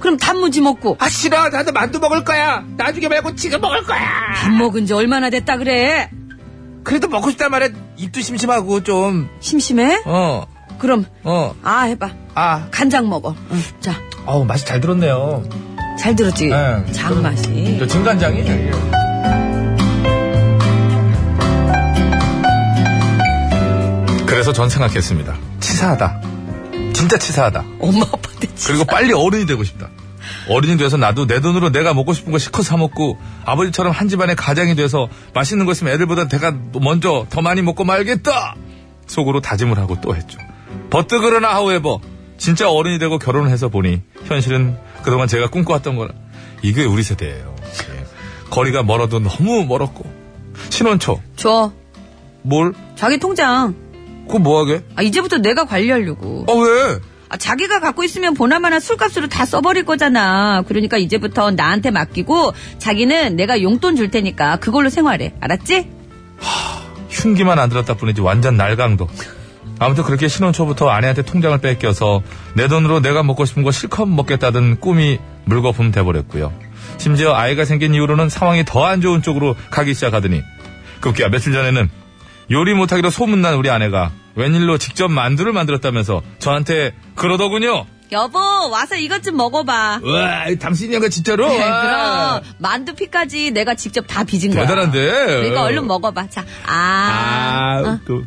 [SPEAKER 3] 그럼 단무지 먹고.
[SPEAKER 6] 아 싫어. 나도 만두 먹을 거야. 나중에 말고 지금 먹을 거야.
[SPEAKER 3] 밥 먹은 지 얼마나 됐다 그래?
[SPEAKER 6] 그래도 먹고 싶단 말이야. 입도 심심하고 좀.
[SPEAKER 3] 심심해?
[SPEAKER 6] 어.
[SPEAKER 3] 그럼
[SPEAKER 6] 어.
[SPEAKER 3] 아 해봐.
[SPEAKER 6] 아.
[SPEAKER 3] 간장 먹어. 응, 자,
[SPEAKER 6] 어우 맛이 잘 들었네요.
[SPEAKER 3] 잘 들었지?
[SPEAKER 6] 네.
[SPEAKER 3] 장맛이.
[SPEAKER 6] 저 진간장이.
[SPEAKER 2] 그래서 전 생각했습니다. 치사하다. 진짜 치사하다.
[SPEAKER 3] 엄마 아빠한테
[SPEAKER 2] 그리고 빨리 어른이 되고 싶다. 어른이 돼서 나도 내 돈으로 내가 먹고 싶은 거 시커 사 먹고 아버지처럼 한 집안의 가장이 돼서 맛있는 거 있으면 애들보다 내가 먼저 더 많이 먹고 말겠다. 속으로 다짐을 하고 또 했죠. 버뜨그러나 하우에버 진짜 어른이 되고 결혼을 해서 보니 현실은 그동안 제가 꿈꿔왔던 거라 이게 우리 세대예요. 예. 거리가 멀어도 너무 멀었고 신혼초
[SPEAKER 3] 줘.
[SPEAKER 2] 뭘?
[SPEAKER 3] 자기 통장.
[SPEAKER 2] 그거 뭐하게?
[SPEAKER 3] 아, 이제부터 내가 관리하려고.
[SPEAKER 2] 아 왜?
[SPEAKER 3] 아, 자기가 갖고 있으면 보나마나 술값으로 다 써버릴 거잖아. 그러니까 이제부터 나한테 맡기고 자기는 내가 용돈 줄 테니까 그걸로 생활해. 알았지?
[SPEAKER 2] 흉기만 안 들었다 뿐이지 완전 날강도. 아무튼 그렇게 신혼 초부터 아내한테 통장을 뺏겨서 내 돈으로 내가 먹고 싶은 거 실컷 먹겠다던 꿈이 물거품 돼버렸고요. 심지어 아이가 생긴 이후로는 상황이 더 안 좋은 쪽으로 가기 시작하더니 급기야 며칠 전에는 요리 못하기로 소문난 우리 아내가 웬일로 직접 만두를 만들었다면서 저한테 그러더군요.
[SPEAKER 3] 여보, 와서 이것 좀 먹어봐.
[SPEAKER 2] 와, 당신이 한거 진짜로?
[SPEAKER 3] 네,
[SPEAKER 2] 와.
[SPEAKER 3] 그럼 만두피까지 내가 직접 다 빚은 거야.
[SPEAKER 2] 대단한데?
[SPEAKER 3] 그러니까 얼른 먹어봐. 자, 아,
[SPEAKER 2] 아,
[SPEAKER 3] 어.
[SPEAKER 2] 그,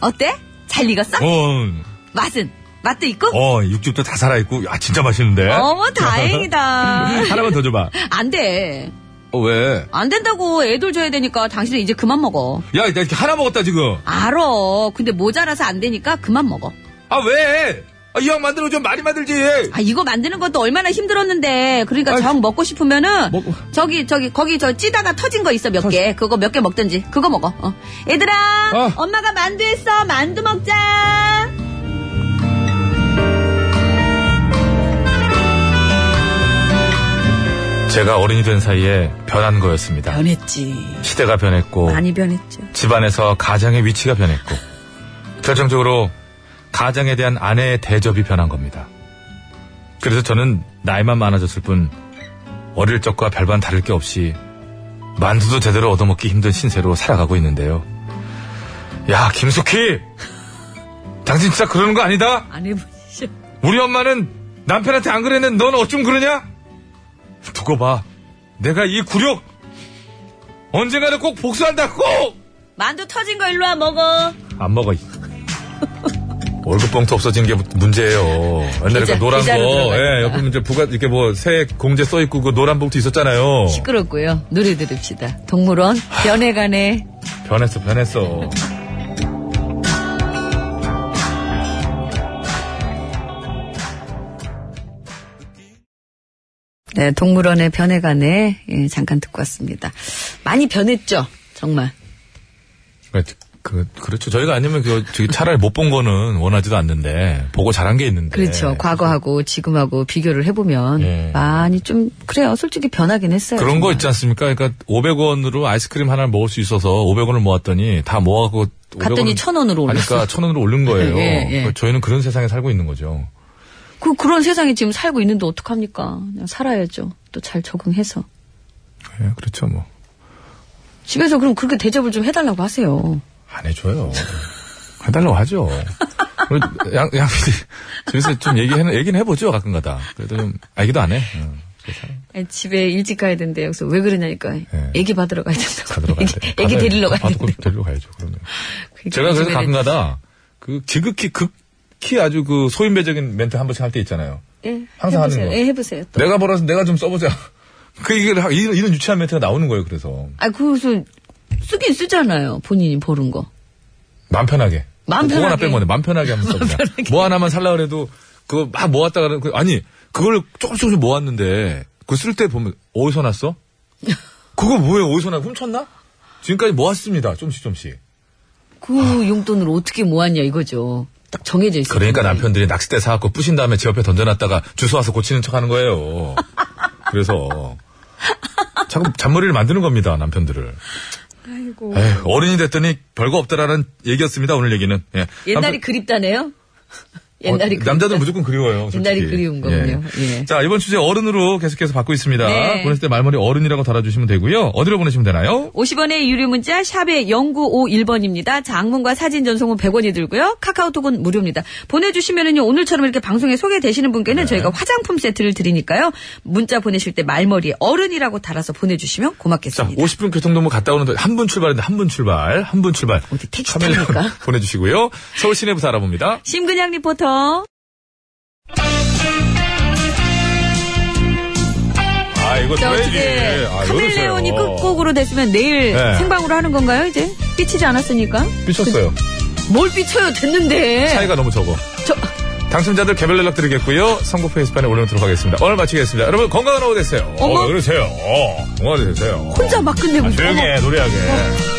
[SPEAKER 3] 어때? 잘 익었어?
[SPEAKER 2] 어,
[SPEAKER 3] 맛은 맛도 있고.
[SPEAKER 2] 어, 네? 육즙도 다 살아있고, 야, 진짜 맛있는데? [LAUGHS]
[SPEAKER 3] 어머 다행이다.
[SPEAKER 2] 하나만 더 줘봐.
[SPEAKER 3] 안 돼.
[SPEAKER 2] 어, 왜?
[SPEAKER 3] 안 된다고 애들 줘야 되니까 당신은 이제 그만 먹어.
[SPEAKER 2] 야, 나 이렇게 하나 먹었다, 지금.
[SPEAKER 3] 알어. 근데 모자라서 안 되니까 그만 먹어.
[SPEAKER 2] 아, 왜? 아, 이왕 만들어 좀 많이 만들지.
[SPEAKER 3] 아 이거 만드는 것도 얼마나 힘들었는데. 그러니까 정 먹고 싶으면은
[SPEAKER 2] 뭐,
[SPEAKER 3] 저기 저기 거기 저 찌다가 터진 거 있어 몇 개. 그거 몇 개 먹든지 그거 먹어. 어. 얘들아
[SPEAKER 2] 어.
[SPEAKER 3] 엄마가 만두 했어. 만두 먹자.
[SPEAKER 2] 제가 어른이 된 사이에 변한 거였습니다.
[SPEAKER 9] 변했지.
[SPEAKER 2] 시대가 변했고
[SPEAKER 9] 많이 변했죠.
[SPEAKER 2] 집안에서 가장의 위치가 변했고 결정적으로 가장에 대한 아내의 대접이 변한 겁니다. 그래서 저는 나이만 많아졌을 뿐 어릴 적과 별반 다를 게 없이 만두도 제대로 얻어먹기 힘든 신세로 살아가고 있는데요. 야 김숙희, 당신 진짜 그러는 거 아니다.
[SPEAKER 9] 아내분이셔.
[SPEAKER 2] 우리 엄마는 남편한테 안 그랬는데 넌 어쩜 그러냐? 두고 봐. 내가 이 굴욕 언젠가는 꼭 복수한다 꼭!
[SPEAKER 3] 만두 터진 거 일로 와 먹어.
[SPEAKER 2] 안 먹어. 이. 월급 봉투 없어진 게 문제예요. 옛날에
[SPEAKER 3] 기자,
[SPEAKER 2] 그 노란
[SPEAKER 3] 기자로
[SPEAKER 2] 거,
[SPEAKER 3] 들어가니까.
[SPEAKER 2] 예, 옆에 문제 부가 이렇게 뭐 세액 공제 써 있고 그 노란 봉투 있었잖아요.
[SPEAKER 3] 시끄럽고요. 노래 들읍시다. 동물원 변해가네.
[SPEAKER 2] 변했어, 변했어.
[SPEAKER 3] 네, 동물원의 변해가네. 예, 잠깐 듣고 왔습니다. 많이 변했죠. 정말.
[SPEAKER 2] 그, 그렇죠. 저희가 아니면 그 저기 차라리 못 본 거는 원하지도 않는데 보고 잘한 게 있는데.
[SPEAKER 3] 그렇죠. 과거하고 지금하고 비교를 해보면
[SPEAKER 2] 예.
[SPEAKER 3] 많이 좀 그래요. 솔직히 변하긴 했어요.
[SPEAKER 2] 그런 거
[SPEAKER 3] 정말.
[SPEAKER 2] 있지 않습니까? 그러니까 500원으로 아이스크림 하나를 먹을 수 있어서 500원을 모았더니 다 모아갖고 500원
[SPEAKER 3] 갔더니 1000원으로 올랐어.
[SPEAKER 2] 그러니까 1000원으로 올른 거예요.
[SPEAKER 3] 예, 예.
[SPEAKER 2] 저희는 그런 세상에 살고 있는 거죠.
[SPEAKER 3] 그, 그런 세상에 지금 살고 있는데 어떡합니까? 그냥 살아야죠. 또 잘 적응해서.
[SPEAKER 2] 예, 그렇죠, 뭐.
[SPEAKER 3] 집에서 그럼 그렇게 대접을 좀 해달라고 하세요.
[SPEAKER 2] 안 해줘요. 해달라고 하죠. 우리 양, 양 PD, 집에서 좀 얘기해, 얘기는 해보죠, 가끔가다. 그래도 좀, 알기도 안 해. 응.
[SPEAKER 3] 아니, 예, 집에 일찍 가야 된대. 여기서 왜 그러냐니까. 애기 받으러 가야 된다고.
[SPEAKER 2] 다
[SPEAKER 3] [LAUGHS]
[SPEAKER 2] 들어가야 돼.
[SPEAKER 3] 애기, 애기
[SPEAKER 2] 예. 받아야-
[SPEAKER 3] 데리러 가야
[SPEAKER 2] 받고
[SPEAKER 3] 된대.
[SPEAKER 2] 데리러 가야죠, 그러면.
[SPEAKER 3] 그러니까
[SPEAKER 2] 제가 그래서
[SPEAKER 3] 집에는-
[SPEAKER 2] 가끔가다, 그, 지극히, 극히 아주 그, 소인배적인 멘트 한 번씩 할 때 있잖아요.
[SPEAKER 3] 예,
[SPEAKER 2] 항상 하는
[SPEAKER 3] 해보세요.
[SPEAKER 2] 거.
[SPEAKER 3] 예, 해보세요. 또.
[SPEAKER 2] 내가 벌어서 내가 좀 써보자. [LAUGHS] 그, 이게, 하- 이런, 이런 유치한 멘트가 나오는 거예요, 그래서.
[SPEAKER 3] 아, 그것은 쓰긴 쓰잖아요. 본인이 버는 거.
[SPEAKER 2] 맘 편하게.
[SPEAKER 3] 마음
[SPEAKER 2] 그거 하나
[SPEAKER 3] 편하게.
[SPEAKER 2] 뺀 건데, 맘 편하게 하면 써보자. 뭐 하나만 살라 그래도, 그거 막 모았다 그러면, 그- 아니, 그걸 조금씩 조금씩 모았는데, 그거 쓸 때 보면,
[SPEAKER 3] [LAUGHS]
[SPEAKER 2] 어디서 났어? 그거 뭐예요? 어디서 나 훔쳤나? 지금까지 모았습니다. 조금씩 조금씩.
[SPEAKER 3] 그 용돈을 어떻게 모았냐 이거죠. 딱 정해져 있어요.
[SPEAKER 2] 아. 그러니까 남편들이 낚싯대 사갖고 부신 다음에 제 옆에 던져놨다가 주소 와서 고치는 척 하는 거예요. 그래서. 자꾸 잔머리를 만드는 겁니다, 남편들을.
[SPEAKER 3] 아이고.
[SPEAKER 2] 에휴, 어른이 됐더니 별거 없다라는 얘기였습니다, 오늘 얘기는. 예.
[SPEAKER 3] 옛날이 그립다네요? [LAUGHS] 옛날이
[SPEAKER 2] 어,
[SPEAKER 3] 그립다.
[SPEAKER 2] 남자들 무조건 그리워요.
[SPEAKER 3] 옛날이
[SPEAKER 2] 솔직히.
[SPEAKER 3] 그리운 거군요. 예.
[SPEAKER 2] 자 이번 주제 어른으로 계속해서 받고 있습니다.
[SPEAKER 3] 네.
[SPEAKER 2] 보내실 때 말머리 어른이라고 달아주시면 되고요. 어디로 보내시면 되나요?
[SPEAKER 3] 50원의 유료 문자 샵의 0951번입니다. 장문과 사진 전송은 100원이 들고요. 카카오톡은 무료입니다. 보내주시면은요 오늘처럼 이렇게 방송에 소개되시는 분께는
[SPEAKER 2] 네.
[SPEAKER 3] 저희가 화장품 세트를 드리니까요. 문자 보내실 때 말머리 어른이라고 달아서 보내주시면
[SPEAKER 2] 자,
[SPEAKER 3] 고맙겠습니다.
[SPEAKER 2] 50분 교통정보 갔다 오는 동안 한분 출발인데 한 분 출발, 한 분 출발. 어디
[SPEAKER 3] 택시 탑니까?
[SPEAKER 2] [LAUGHS] 보내주시고요. 서울 시내부터 알아봅니다.
[SPEAKER 3] 심근양 리포터.
[SPEAKER 2] 아 이거
[SPEAKER 3] 자,
[SPEAKER 2] 줘야지.
[SPEAKER 3] 어떻게
[SPEAKER 2] 아, 이거
[SPEAKER 3] 카멜레온이
[SPEAKER 2] 줘요.
[SPEAKER 3] 끝곡으로 됐으면 내일
[SPEAKER 2] 네.
[SPEAKER 3] 생방으로 하는 건가요 이제? 삐치지 않았으니까.
[SPEAKER 2] 삐쳤어요.
[SPEAKER 3] 뭘 삐쳐요 됐는데.
[SPEAKER 2] 차이가 너무 적어.
[SPEAKER 3] 저-
[SPEAKER 2] 당첨자들 개별 연락 드리겠고요. 선곡 페이스판에 올려놓도록 하겠습니다. 오늘 마치겠습니다. 여러분 건강한 오후 되세요.
[SPEAKER 3] 어머.
[SPEAKER 2] 그러세요. 건강하게 되세요.
[SPEAKER 3] 혼자 막 끝내고
[SPEAKER 2] 아,
[SPEAKER 3] 있어.
[SPEAKER 2] 조용히 해, 노래하게.